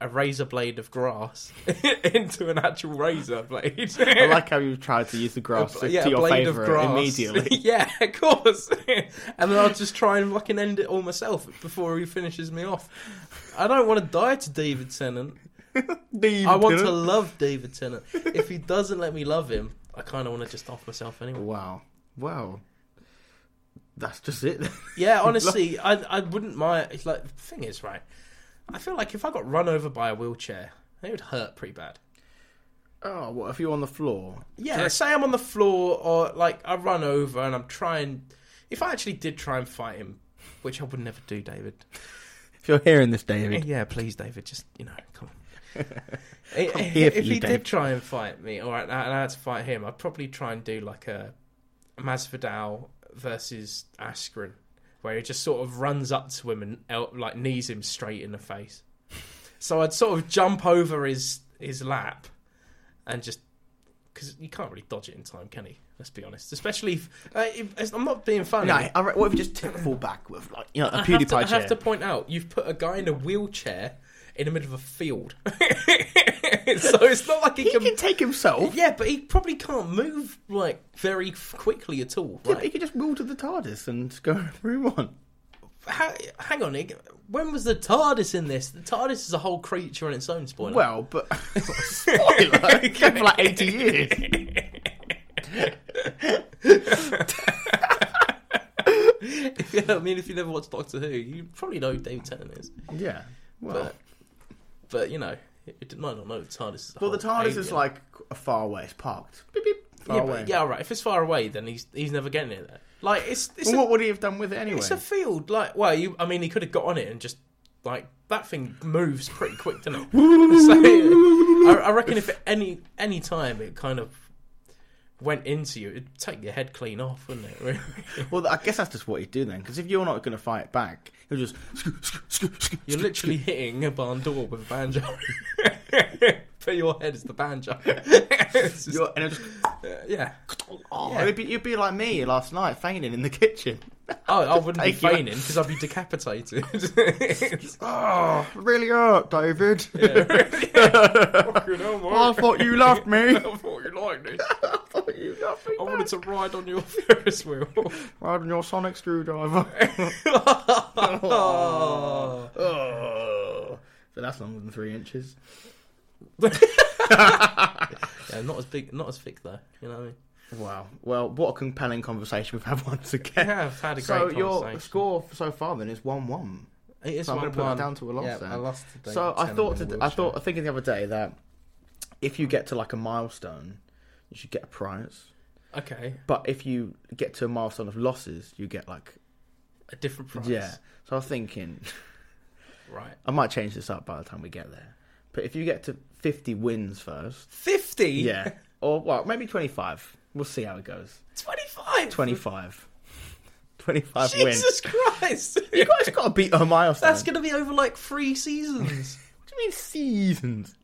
Speaker 3: a razor blade of grass into an actual razor blade.
Speaker 2: I like how you tried to use the grass to, to your favour immediately.
Speaker 3: yeah, of course. and then I'll just try and fucking end it all myself before he finishes me off. I don't want to die to David Tennant. I want to love David Tennant. If he doesn't let me love him, I kind of want to just off myself anyway.
Speaker 2: Wow. Wow. That's just it.
Speaker 3: Yeah, honestly, I I wouldn't mind. It's like the thing is, right? I feel like if I got run over by a wheelchair, it would hurt pretty bad.
Speaker 2: oh, what if you're on the floor?
Speaker 3: Yeah, say I'm on the floor or like I run over and I'm trying. If I actually did try and fight him, which I would never do, David.
Speaker 2: If you're hearing this, David.
Speaker 3: Yeah, please, David. Just you know, come on. I- I-
Speaker 2: here
Speaker 3: if
Speaker 2: for
Speaker 3: he
Speaker 2: you,
Speaker 3: did
Speaker 2: Dave.
Speaker 3: try and fight me, or I- and I had to fight him, I'd probably try and do like a Masvidal versus Askren, where he just sort of runs up to him and el- like knees him straight in the face. So I'd sort of jump over his his lap, and just because you can't really dodge it in time, can he? Let's be honest. Especially if, uh, if I'm not being funny.
Speaker 2: No, all right, what if you just tip fall back with like you know a
Speaker 3: I have
Speaker 2: PewDiePie
Speaker 3: to- I
Speaker 2: chair?
Speaker 3: have to point out, you've put a guy in a wheelchair in the middle of a field. so it's not like he,
Speaker 2: He
Speaker 3: can.
Speaker 2: can take himself.
Speaker 3: Yeah, but he probably can't move like very f- quickly at all.
Speaker 2: Yeah, but he
Speaker 3: Like,
Speaker 2: could just wheel to the TARDIS and go wherever he wants.
Speaker 3: ha- hang on, he- when was the TARDIS in this? The TARDIS is a whole creature in its own spoiler.
Speaker 2: Well, but spoiler, it's been for like eighty years.
Speaker 3: Yeah, I mean, if you never watched Doctor Who, you probably know who David Tennant is.
Speaker 2: Yeah. Well,
Speaker 3: But, but you know, it might not know the TARDIS. Is a
Speaker 2: well, the
Speaker 3: whole
Speaker 2: TARDIS is
Speaker 3: alien.
Speaker 2: like a far away. It's parked. Beep, beep, far
Speaker 3: yeah,
Speaker 2: away.
Speaker 3: But, yeah, all right. If it's far away, then he's he's never getting it there. Like it's it's a,
Speaker 2: Well, what would he have done with it anyway?
Speaker 3: it's a field. Like well, you I mean, he could have got on it and just like that thing moves pretty quick, doesn't it? so, I, I reckon if at any any time it kind of went into you, it'd take your head clean off, wouldn't it? Really?
Speaker 2: Well, I guess that's just what he'd do then. Because if you're not going to fight back, he'll just.
Speaker 3: You're literally hitting a barn door with a banjo. but your head is the banjo. It's just- uh,
Speaker 2: You're, and it'll just.
Speaker 3: yeah.
Speaker 2: Oh, It'd, be, it'd be like me last night, fainting in the kitchen.
Speaker 3: Oh, I wouldn't be
Speaker 2: Take you out.
Speaker 3: feigning because I'd be decapitated. It's-
Speaker 2: Oh, really hurt, David.
Speaker 3: Fucking hell, mate.
Speaker 2: I thought you loved me.
Speaker 3: I thought you liked it.
Speaker 2: I thought you loved me.
Speaker 3: I wanted to ride on your Ferris wheel.
Speaker 2: Riding your sonic screwdriver.
Speaker 3: oh.
Speaker 2: oh. But that's longer than three inches.
Speaker 3: Yeah, not as big, not as thick though. You know what I mean?
Speaker 2: Wow. Well, what a compelling conversation we've had once again.
Speaker 3: Yeah, I've had a great
Speaker 2: so your
Speaker 3: conversation.
Speaker 2: score so far then is one-one.
Speaker 3: It is
Speaker 2: so I'm
Speaker 3: one
Speaker 2: gonna put that
Speaker 3: one.
Speaker 2: down to a loss
Speaker 3: Yeah,
Speaker 2: then.
Speaker 3: I lost. to David
Speaker 2: So I
Speaker 3: Tennant
Speaker 2: thought
Speaker 3: in a
Speaker 2: to, I
Speaker 3: wheelchair.
Speaker 2: thought I was thinking the other day that if you get to like a milestone, you should get a prize.
Speaker 3: Okay,
Speaker 2: But if you get to a milestone of losses, you get like
Speaker 3: a different price.
Speaker 2: yeah. So I was thinking
Speaker 3: Right.
Speaker 2: I might change this up by the time we get there. But if you get to fifty wins first,
Speaker 3: Fifty.
Speaker 2: yeah, or well maybe twenty-five. We'll see how it goes.
Speaker 3: Twenty-five.
Speaker 2: 25. 25 wins.
Speaker 3: Jesus Christ.
Speaker 2: You guys got to beat a milestone.
Speaker 3: That's gonna be over like three seasons.
Speaker 2: What do you mean seasons?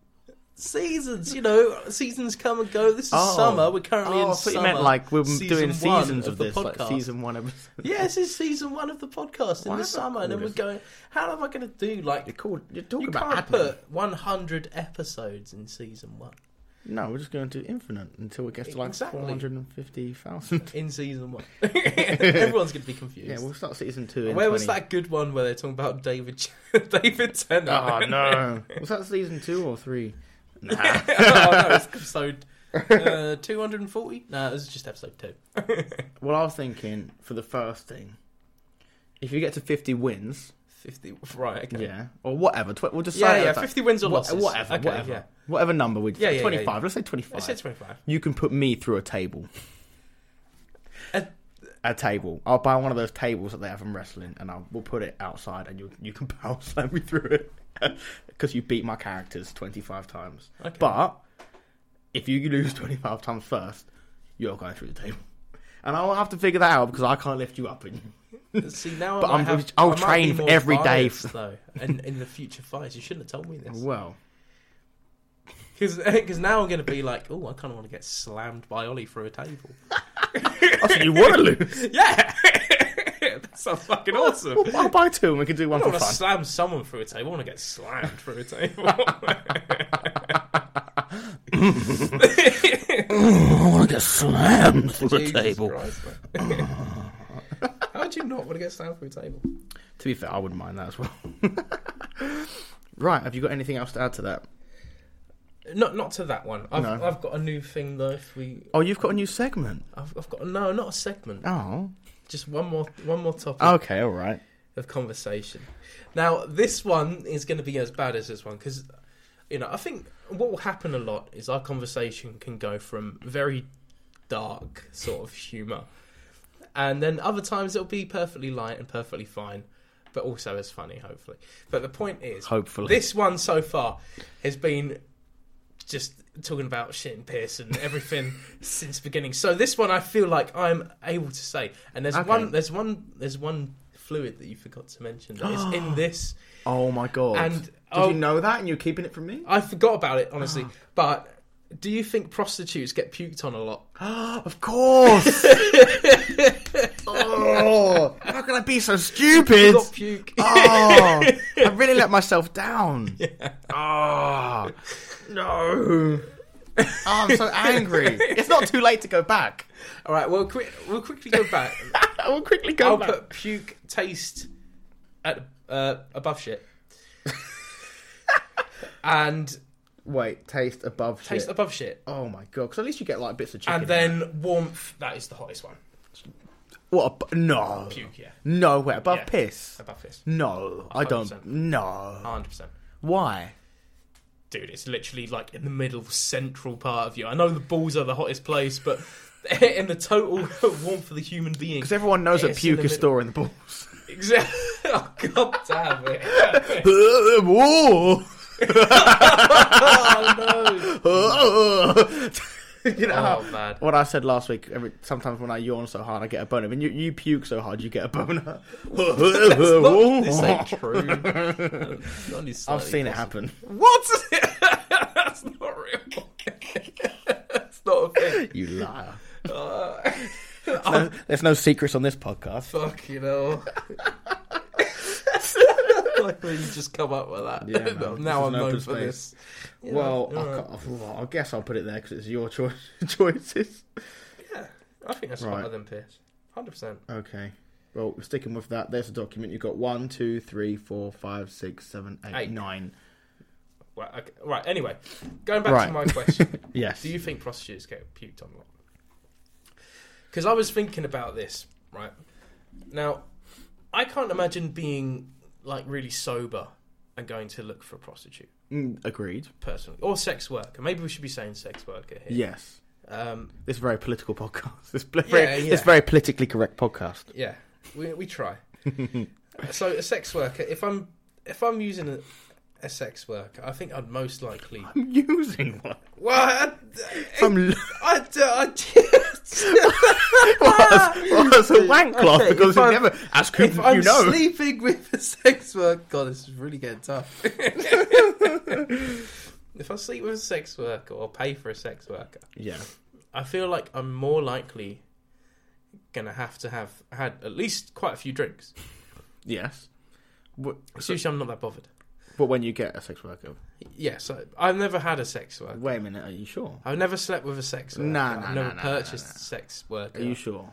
Speaker 3: seasons. You know, seasons come and go. This is
Speaker 2: Oh.
Speaker 3: summer. We're currently
Speaker 2: Oh,
Speaker 3: in
Speaker 2: I thought
Speaker 3: summer.
Speaker 2: you meant like we're
Speaker 3: Season
Speaker 2: doing
Speaker 3: one
Speaker 2: seasons of,
Speaker 3: the
Speaker 2: this,
Speaker 3: podcast.
Speaker 2: like season one episode.
Speaker 3: Yeah, this is season one of the podcast in
Speaker 2: Why
Speaker 3: the
Speaker 2: have I
Speaker 3: summer, and then we're
Speaker 2: called
Speaker 3: going. How am I going to do
Speaker 2: You're
Speaker 3: like?
Speaker 2: called. You're talking
Speaker 3: You
Speaker 2: about
Speaker 3: can't
Speaker 2: admin.
Speaker 3: put 100 episodes in season one.
Speaker 2: No, we're just going to do infinite until it gets to like
Speaker 3: Exactly.
Speaker 2: four hundred and fifty thousand.
Speaker 3: In season one, everyone's going to be confused.
Speaker 2: Yeah, we'll start season two. In
Speaker 3: where was
Speaker 2: 20.
Speaker 3: that good one where they're talking about David Ch- David Tennant?
Speaker 2: Oh no! was that season two or three? Nah.
Speaker 3: oh no, it's episode uh, 240. No, this is just episode two.
Speaker 2: well, I was thinking for the first thing, if you get to fifty wins,
Speaker 3: 50. Right. Okay.
Speaker 2: yeah, or whatever, tw- we'll just
Speaker 3: Yeah,
Speaker 2: say
Speaker 3: yeah,
Speaker 2: that-
Speaker 3: 50 wins or
Speaker 2: Wha-
Speaker 3: losses.
Speaker 2: Whatever,
Speaker 3: Okay,
Speaker 2: whatever.
Speaker 3: yeah.
Speaker 2: Whatever number we
Speaker 3: Yeah, yeah, yeah,
Speaker 2: 25,
Speaker 3: yeah.
Speaker 2: let's say
Speaker 3: I
Speaker 2: 25.
Speaker 3: said 25.
Speaker 2: you can put me through a table.
Speaker 3: A-
Speaker 2: A table. I'll buy one of those tables that they have in wrestling and I'll, we'll put it outside and you you can power slam me through it. Because you beat my characters 25 times.
Speaker 3: Okay.
Speaker 2: But if you lose 25 times first, you're going through the table. And I'll have to figure that out because I can't lift you up. And
Speaker 3: See now,
Speaker 2: But
Speaker 3: I might
Speaker 2: I'm-
Speaker 3: have,
Speaker 2: I'll
Speaker 3: I might
Speaker 2: train
Speaker 3: be more
Speaker 2: every day.
Speaker 3: biased, though. And in the future fights, you shouldn't have told me this
Speaker 2: well,
Speaker 3: because now I'm going to be like, oh, I kind of want to get slammed by Ollie through a table.
Speaker 2: I said you want to lose.
Speaker 3: yeah, that sounds fucking awesome.
Speaker 2: Well, I'll buy two and we can do one
Speaker 3: I
Speaker 2: for
Speaker 3: don't want to
Speaker 2: fun.
Speaker 3: slam someone through a table. I want to get slammed through a table.
Speaker 2: I want to get slammed through the
Speaker 3: Jesus
Speaker 2: table.
Speaker 3: Christ, man. How do you not want to get slammed through a table?
Speaker 2: To be fair, I wouldn't mind that as well. right, have you got anything else to add to that?
Speaker 3: Not, not to that one. I've,
Speaker 2: No.
Speaker 3: I've got a new thing though. If we,
Speaker 2: Oh, you've got a new segment.
Speaker 3: I've, I've got no, not a segment.
Speaker 2: Oh,
Speaker 3: Just one more, one more topic.
Speaker 2: okay, all right.
Speaker 3: of conversation. Now, this one is going to be as bad as this one because, you know, I think what will happen a lot is our conversation can go from very dark sort of humour, and then other times it'll be perfectly light and perfectly fine, but also as funny, hopefully. But the point is,
Speaker 2: Hopefully.
Speaker 3: this one so far has been just talking about shit and piss and everything since the beginning. So this one I feel like I'm able to say. And there's
Speaker 2: Okay.
Speaker 3: one there's one there's one fluid that you forgot to mention that is in this.
Speaker 2: Oh my god!
Speaker 3: And-
Speaker 2: did
Speaker 3: oh-
Speaker 2: you know that, and you're keeping it from me?
Speaker 3: I forgot about it honestly. But do you think prostitutes get puked on a lot?
Speaker 2: of course. oh, how can I be so
Speaker 3: You
Speaker 2: stupid?
Speaker 3: got puke.
Speaker 2: Oh, I really let myself down. Oh, no. Oh, I'm so angry. It's not too late to go back.
Speaker 3: All right, well, quick, we'll quickly go back.
Speaker 2: I will quickly go
Speaker 3: I'll
Speaker 2: back.
Speaker 3: put puke taste at uh, above shit, and
Speaker 2: Wait, taste above shit.
Speaker 3: taste above shit,
Speaker 2: oh my god! Because at least you get like bits of chicken.
Speaker 3: and then warmth. That is the hottest one.
Speaker 2: what? ab- no,
Speaker 3: Puke, yeah,
Speaker 2: no way above
Speaker 3: Yeah.
Speaker 2: piss.
Speaker 3: above this,
Speaker 2: No, I don't.
Speaker 3: 100%.
Speaker 2: No,
Speaker 3: hundred percent.
Speaker 2: why?
Speaker 3: Dude, it's literally like in the middle central part of you. I know the balls are the hottest place, but in the total warmth of the human being,
Speaker 2: Because everyone knows that
Speaker 3: It's in the
Speaker 2: puke is
Speaker 3: middle.
Speaker 2: storing the balls.
Speaker 3: Exactly. Oh, God damn it.
Speaker 2: Whoa.
Speaker 3: oh, no.
Speaker 2: you know how-
Speaker 3: Oh, man.
Speaker 2: what I said last week. Every, sometimes when I yawn so hard, I get a boner. When you, you puke so hard, you get a boner.
Speaker 3: Look, this ain't true. Not even
Speaker 2: I've seen
Speaker 3: slightly
Speaker 2: it happen.
Speaker 3: possible. What? That's not real. That's not a thing.
Speaker 2: You liar.
Speaker 3: Uh,
Speaker 2: No- there's no secrets on this podcast.
Speaker 3: fuck, you know. like when you just come up with that.
Speaker 2: Yeah, man,
Speaker 3: No,
Speaker 2: this
Speaker 3: now I'm
Speaker 2: is an
Speaker 3: known
Speaker 2: open
Speaker 3: for
Speaker 2: space.
Speaker 3: this. You know,
Speaker 2: Well,
Speaker 3: you're
Speaker 2: I,
Speaker 3: right.
Speaker 2: can't- well, I guess I'll put it there because it's your cho- choices.
Speaker 3: I think that's
Speaker 2: Right.
Speaker 3: hotter than piss. 100%.
Speaker 2: Okay. Well, we're sticking with that. There's a document. You've got one, two, three, four, five, six, seven, eight, nine.
Speaker 3: Eight. Right, okay. right, anyway. Going back
Speaker 2: Right.
Speaker 3: to my question.
Speaker 2: Yes.
Speaker 3: Do you think prostitutes get puked on a lot? Because I was thinking about this, right? Now, I can't imagine being like really sober and going to look for a prostitute
Speaker 2: Mm, agreed.
Speaker 3: personally, or sex worker. Maybe we should be saying sex worker here.
Speaker 2: Yes.
Speaker 3: Yeah. Um,
Speaker 2: This very political podcast. This pl-
Speaker 3: Yeah,
Speaker 2: very,
Speaker 3: yeah.
Speaker 2: this very politically correct podcast.
Speaker 3: yeah. We we try. so a sex worker. If I'm if I'm using a, a sex worker, I think I'd most likely.
Speaker 2: I'm using one
Speaker 3: Well, I,
Speaker 2: from
Speaker 3: I, I, I-
Speaker 2: was a wank cloth
Speaker 3: Ah, Okay,
Speaker 2: because
Speaker 3: if
Speaker 2: you
Speaker 3: I'm-
Speaker 2: never ask who
Speaker 3: if I'm
Speaker 2: you know.
Speaker 3: sleeping with a sex worker, God, this is really getting tough. if I sleep with a sex worker or pay for a sex worker,
Speaker 2: Yeah.
Speaker 3: I feel like I'm more likely gonna have to have had at least quite a few drinks.
Speaker 2: Yes. But,
Speaker 3: It's usually I'm not that bothered.
Speaker 2: but when you get a sex worker,
Speaker 3: Yeah, so I've never had a sex worker.
Speaker 2: wait a minute. Are you sure?
Speaker 3: I've never slept with a sex worker.
Speaker 2: Nah, nah,
Speaker 3: I've never
Speaker 2: nah, nah,
Speaker 3: purchased
Speaker 2: nah, nah.
Speaker 3: a sex worker.
Speaker 2: Are you sure?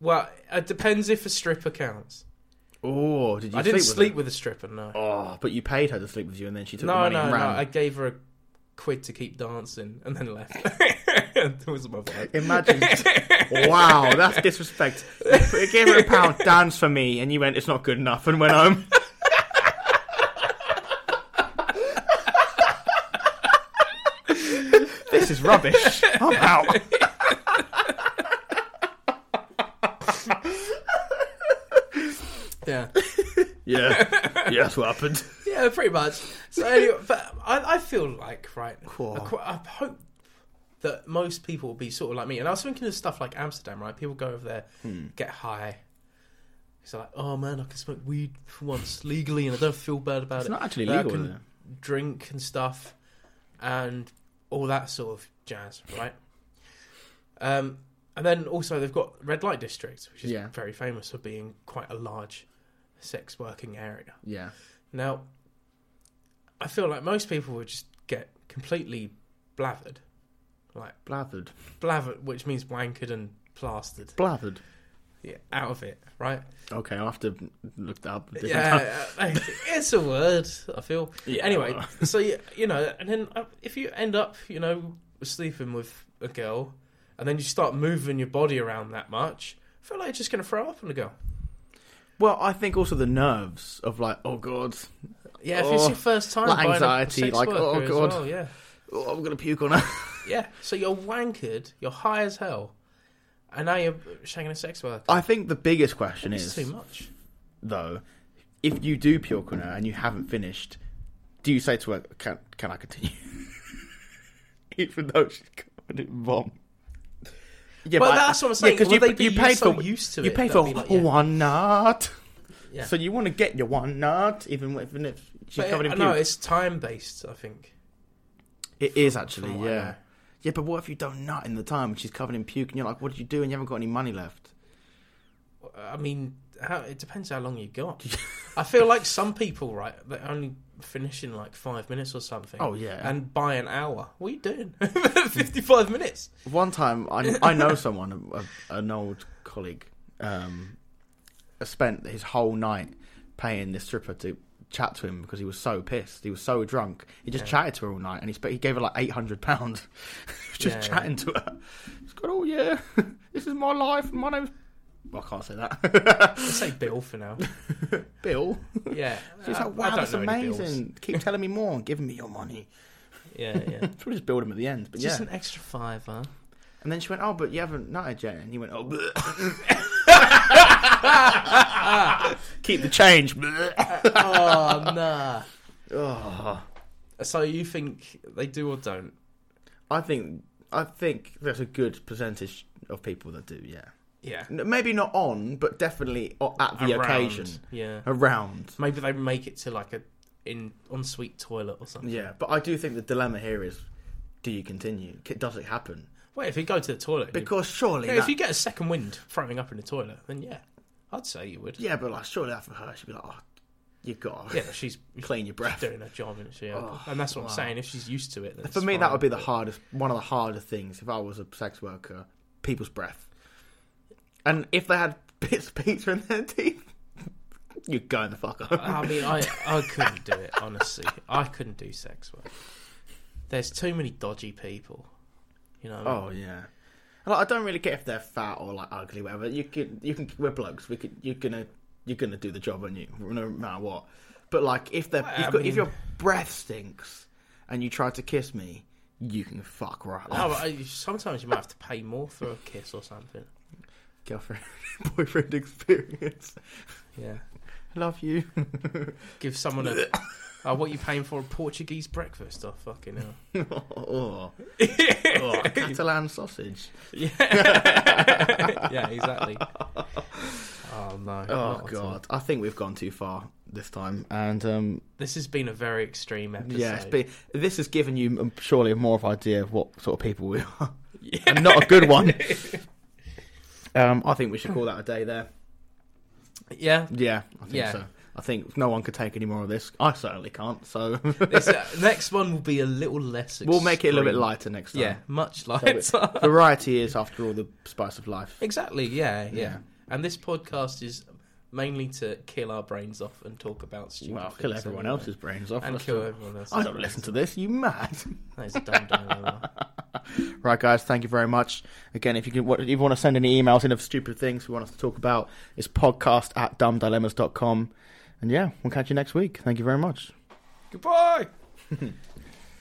Speaker 3: well, it depends if a stripper counts.
Speaker 2: Oh, did you?
Speaker 3: I didn't
Speaker 2: sleep.
Speaker 3: sleep
Speaker 2: With
Speaker 3: with a stripper, no.
Speaker 2: her? Oh, but you paid her to sleep with you, and then she took the
Speaker 3: No,
Speaker 2: money
Speaker 3: no,
Speaker 2: and
Speaker 3: no.
Speaker 2: ran.
Speaker 3: I gave her a quid to keep dancing and then left. that was my vibe.
Speaker 2: Imagine. wow, that's disrespect. It gave her a pound, dance for me, and you went, it's not good enough, and went home. this is rubbish. I'm out.
Speaker 3: Yeah.
Speaker 2: Yeah. Yeah, that's what happened.
Speaker 3: Yeah, pretty much. So anyway, but I, I feel like right.
Speaker 2: Cool.
Speaker 3: I, qu- I hope that most people will be sort of like me. And I was thinking of stuff like Amsterdam, right? People go over there, get high. It's like, oh man, I can smoke weed for once legally, and I don't feel bad about
Speaker 2: It's
Speaker 3: it.
Speaker 2: not actually
Speaker 3: But I
Speaker 2: legal,
Speaker 3: can
Speaker 2: is it?
Speaker 3: Drink and stuff, and all that sort of jazz, right? Um, and then also they've got red light districts, which is
Speaker 2: Yeah.
Speaker 3: very famous for being quite a large sex working area.
Speaker 2: Yeah.
Speaker 3: Now, I feel like most people would just get completely blathered, like
Speaker 2: Blathered.
Speaker 3: blathered, which means wankered and plastered
Speaker 2: Blathered.
Speaker 3: yeah, out of it, right?
Speaker 2: Okay, I'll have to look that up. a different time.
Speaker 3: Yeah, uh, it's a word. I feel.
Speaker 2: Yeah.
Speaker 3: Anyway, so you, you know, and then uh, if you end up, you know, sleeping with a girl, and then you start moving your body around that much, I feel like you're just gonna throw up on the girl.
Speaker 2: Well, I think also the nerves of like, oh god,
Speaker 3: Yeah, if it's
Speaker 2: Oh,
Speaker 3: your first time,
Speaker 2: like
Speaker 3: buying a
Speaker 2: anxiety,
Speaker 3: sex
Speaker 2: like, oh,
Speaker 3: worker as
Speaker 2: God.
Speaker 3: well, yeah.
Speaker 2: oh, I'm gonna puke on her.
Speaker 3: Yeah, so you're wankered, you're high as hell, and now you're shagging a sex worker.
Speaker 2: I think the biggest question
Speaker 3: It's
Speaker 2: is
Speaker 3: too much.
Speaker 2: though, if you do puke on her and you haven't finished, do you say to her, "Can can I continue?" Even though she's covered in vom. Yeah,
Speaker 3: Well,
Speaker 2: I-
Speaker 3: that's what I'm saying.
Speaker 2: because
Speaker 3: Will
Speaker 2: you,
Speaker 3: they be
Speaker 2: you paid
Speaker 3: so
Speaker 2: for
Speaker 3: used to
Speaker 2: you
Speaker 3: it,
Speaker 2: paid for
Speaker 3: they'll be like, yeah.
Speaker 2: one nut,
Speaker 3: Yeah.
Speaker 2: so you want to get your one nut, even if, even if she's
Speaker 3: But uh,
Speaker 2: covered in
Speaker 3: no,
Speaker 2: puke.
Speaker 3: it's time based, I think.
Speaker 2: It is
Speaker 3: from
Speaker 2: actually,
Speaker 3: what I
Speaker 2: yeah,
Speaker 3: know.
Speaker 2: yeah. But what if you don't nut in the time and she's covered in puke, and you're like, "What did you do?" And you haven't got any money left.
Speaker 3: I mean, how, it depends how long you got. I feel like some people, right, they only finish in like five minutes or something.
Speaker 2: Oh, yeah.
Speaker 3: And by an hour, what are you doing? Fifty-five minutes.
Speaker 2: One time, I, I know someone, a, a, an old colleague, um, spent his whole night paying this stripper to chat to him because he was so pissed. He was so drunk. He just
Speaker 3: Yeah.
Speaker 2: chatted to her all night, and he spent, he gave her like eight hundred pounds just
Speaker 3: Yeah, yeah.
Speaker 2: chatting to her. He's got, oh yeah, this is my life. and My name's. Well, I can't say that.
Speaker 3: Let's say Bill for now.
Speaker 2: Bill.
Speaker 3: Yeah.
Speaker 2: She's
Speaker 3: Uh, I-
Speaker 2: like, wow,
Speaker 3: I don't
Speaker 2: that's
Speaker 3: know any Bills.
Speaker 2: amazing. Keep telling me more and giving me your money.
Speaker 3: Yeah, yeah.
Speaker 2: Probably just build him at the end. But
Speaker 3: Just
Speaker 2: yeah.
Speaker 3: an extra five, huh?
Speaker 2: And then she went, oh, but you haven't nutted yet. And he went, oh, bleh. keep the change. bleh.
Speaker 3: oh nah.
Speaker 2: oh.
Speaker 3: So you think they do or don't?
Speaker 2: I think I think there's a good percentage of people that do. Yeah,
Speaker 3: Yeah.
Speaker 2: N- maybe not on, but definitely o- at the
Speaker 3: Around.
Speaker 2: occasion
Speaker 3: Yeah.
Speaker 2: around.
Speaker 3: Maybe they make it to like a in ensuite toilet or something.
Speaker 2: Yeah, but I do think the dilemma here is: do you continue? C- Does it happen?
Speaker 3: Wait, if you go to the toilet, and you-
Speaker 2: Because surely,
Speaker 3: Yeah,
Speaker 2: that-
Speaker 3: if you get a second wind throwing up in the toilet, then yeah, I'd say you would. Yeah,
Speaker 2: yeah, but like surely that for her, she'd be like, oh, you got to
Speaker 3: yeah but she's
Speaker 2: clean your breath.
Speaker 3: doing her job, and she,
Speaker 2: Oh,
Speaker 3: and that's what
Speaker 2: wow.
Speaker 3: I'm saying. If she's used to it, then
Speaker 2: For me, that would be the hardest, one of the harder things if I was a sex worker. People's breath, and if they had bits of pizza in their teeth, you'd go in the fuck up.
Speaker 3: I mean, I I couldn't do it honestly. I couldn't do sex work. There's too many dodgy people, you know.
Speaker 2: Oh yeah. Like, I don't really care if they're fat or like ugly, whatever. You can, you can. We're blokes. We could. You're gonna, you're gonna do the job, aren't you? No matter what. But like, if they're,
Speaker 3: Well,
Speaker 2: you've
Speaker 3: I
Speaker 2: got, if
Speaker 3: mean-
Speaker 2: your breath stinks and you try to kiss me, you can fuck right
Speaker 3: No,
Speaker 2: off,
Speaker 3: Oh, but I- sometimes you might have to pay more for a kiss or something.
Speaker 2: girlfriend, boyfriend experience.
Speaker 3: Yeah,
Speaker 2: I love you.
Speaker 3: give someone a. Oh, what you paying for a Portuguese breakfast? Oh, fucking hell!
Speaker 2: oh, oh, Catalan sausage.
Speaker 3: Yeah, yeah, exactly. Oh no!
Speaker 2: Oh
Speaker 3: not at all.
Speaker 2: god, I think we've gone too far this time, and um,
Speaker 3: This has been a very extreme episode.
Speaker 2: Yeah, it's been, this has given you um, surely a more of idea of what sort of people we are,
Speaker 3: Yeah.
Speaker 2: and not a good one. um, I think we should call that a day there.
Speaker 3: Yeah.
Speaker 2: Yeah, I think
Speaker 3: Yeah.
Speaker 2: so. I think no one could take any more of this. I certainly can't. So
Speaker 3: This, uh, next one will be a little less. Extreme.
Speaker 2: we'll make it a little bit lighter next time.
Speaker 3: Yeah, much
Speaker 2: So
Speaker 3: lighter.
Speaker 2: it- variety is, after all, the spice of life.
Speaker 3: exactly. Yeah, yeah,
Speaker 2: Yeah.
Speaker 3: And this podcast is mainly to kill our brains off and talk about stupid.
Speaker 2: Well, kill
Speaker 3: things
Speaker 2: everyone
Speaker 3: anyway.
Speaker 2: else's brains off.
Speaker 3: And
Speaker 2: Let's
Speaker 3: kill
Speaker 2: do-
Speaker 3: everyone else.
Speaker 2: I don't listen to this. You mad?
Speaker 3: That is a dumb, dumb, dumb.
Speaker 2: Right, guys, thank you very much. Again, if you can, what- if you want to send any emails in of stupid things we want us to talk about, it's podcast at dumbdilemmas.com. And yeah, we'll catch you next week. Thank you very much.
Speaker 3: Goodbye.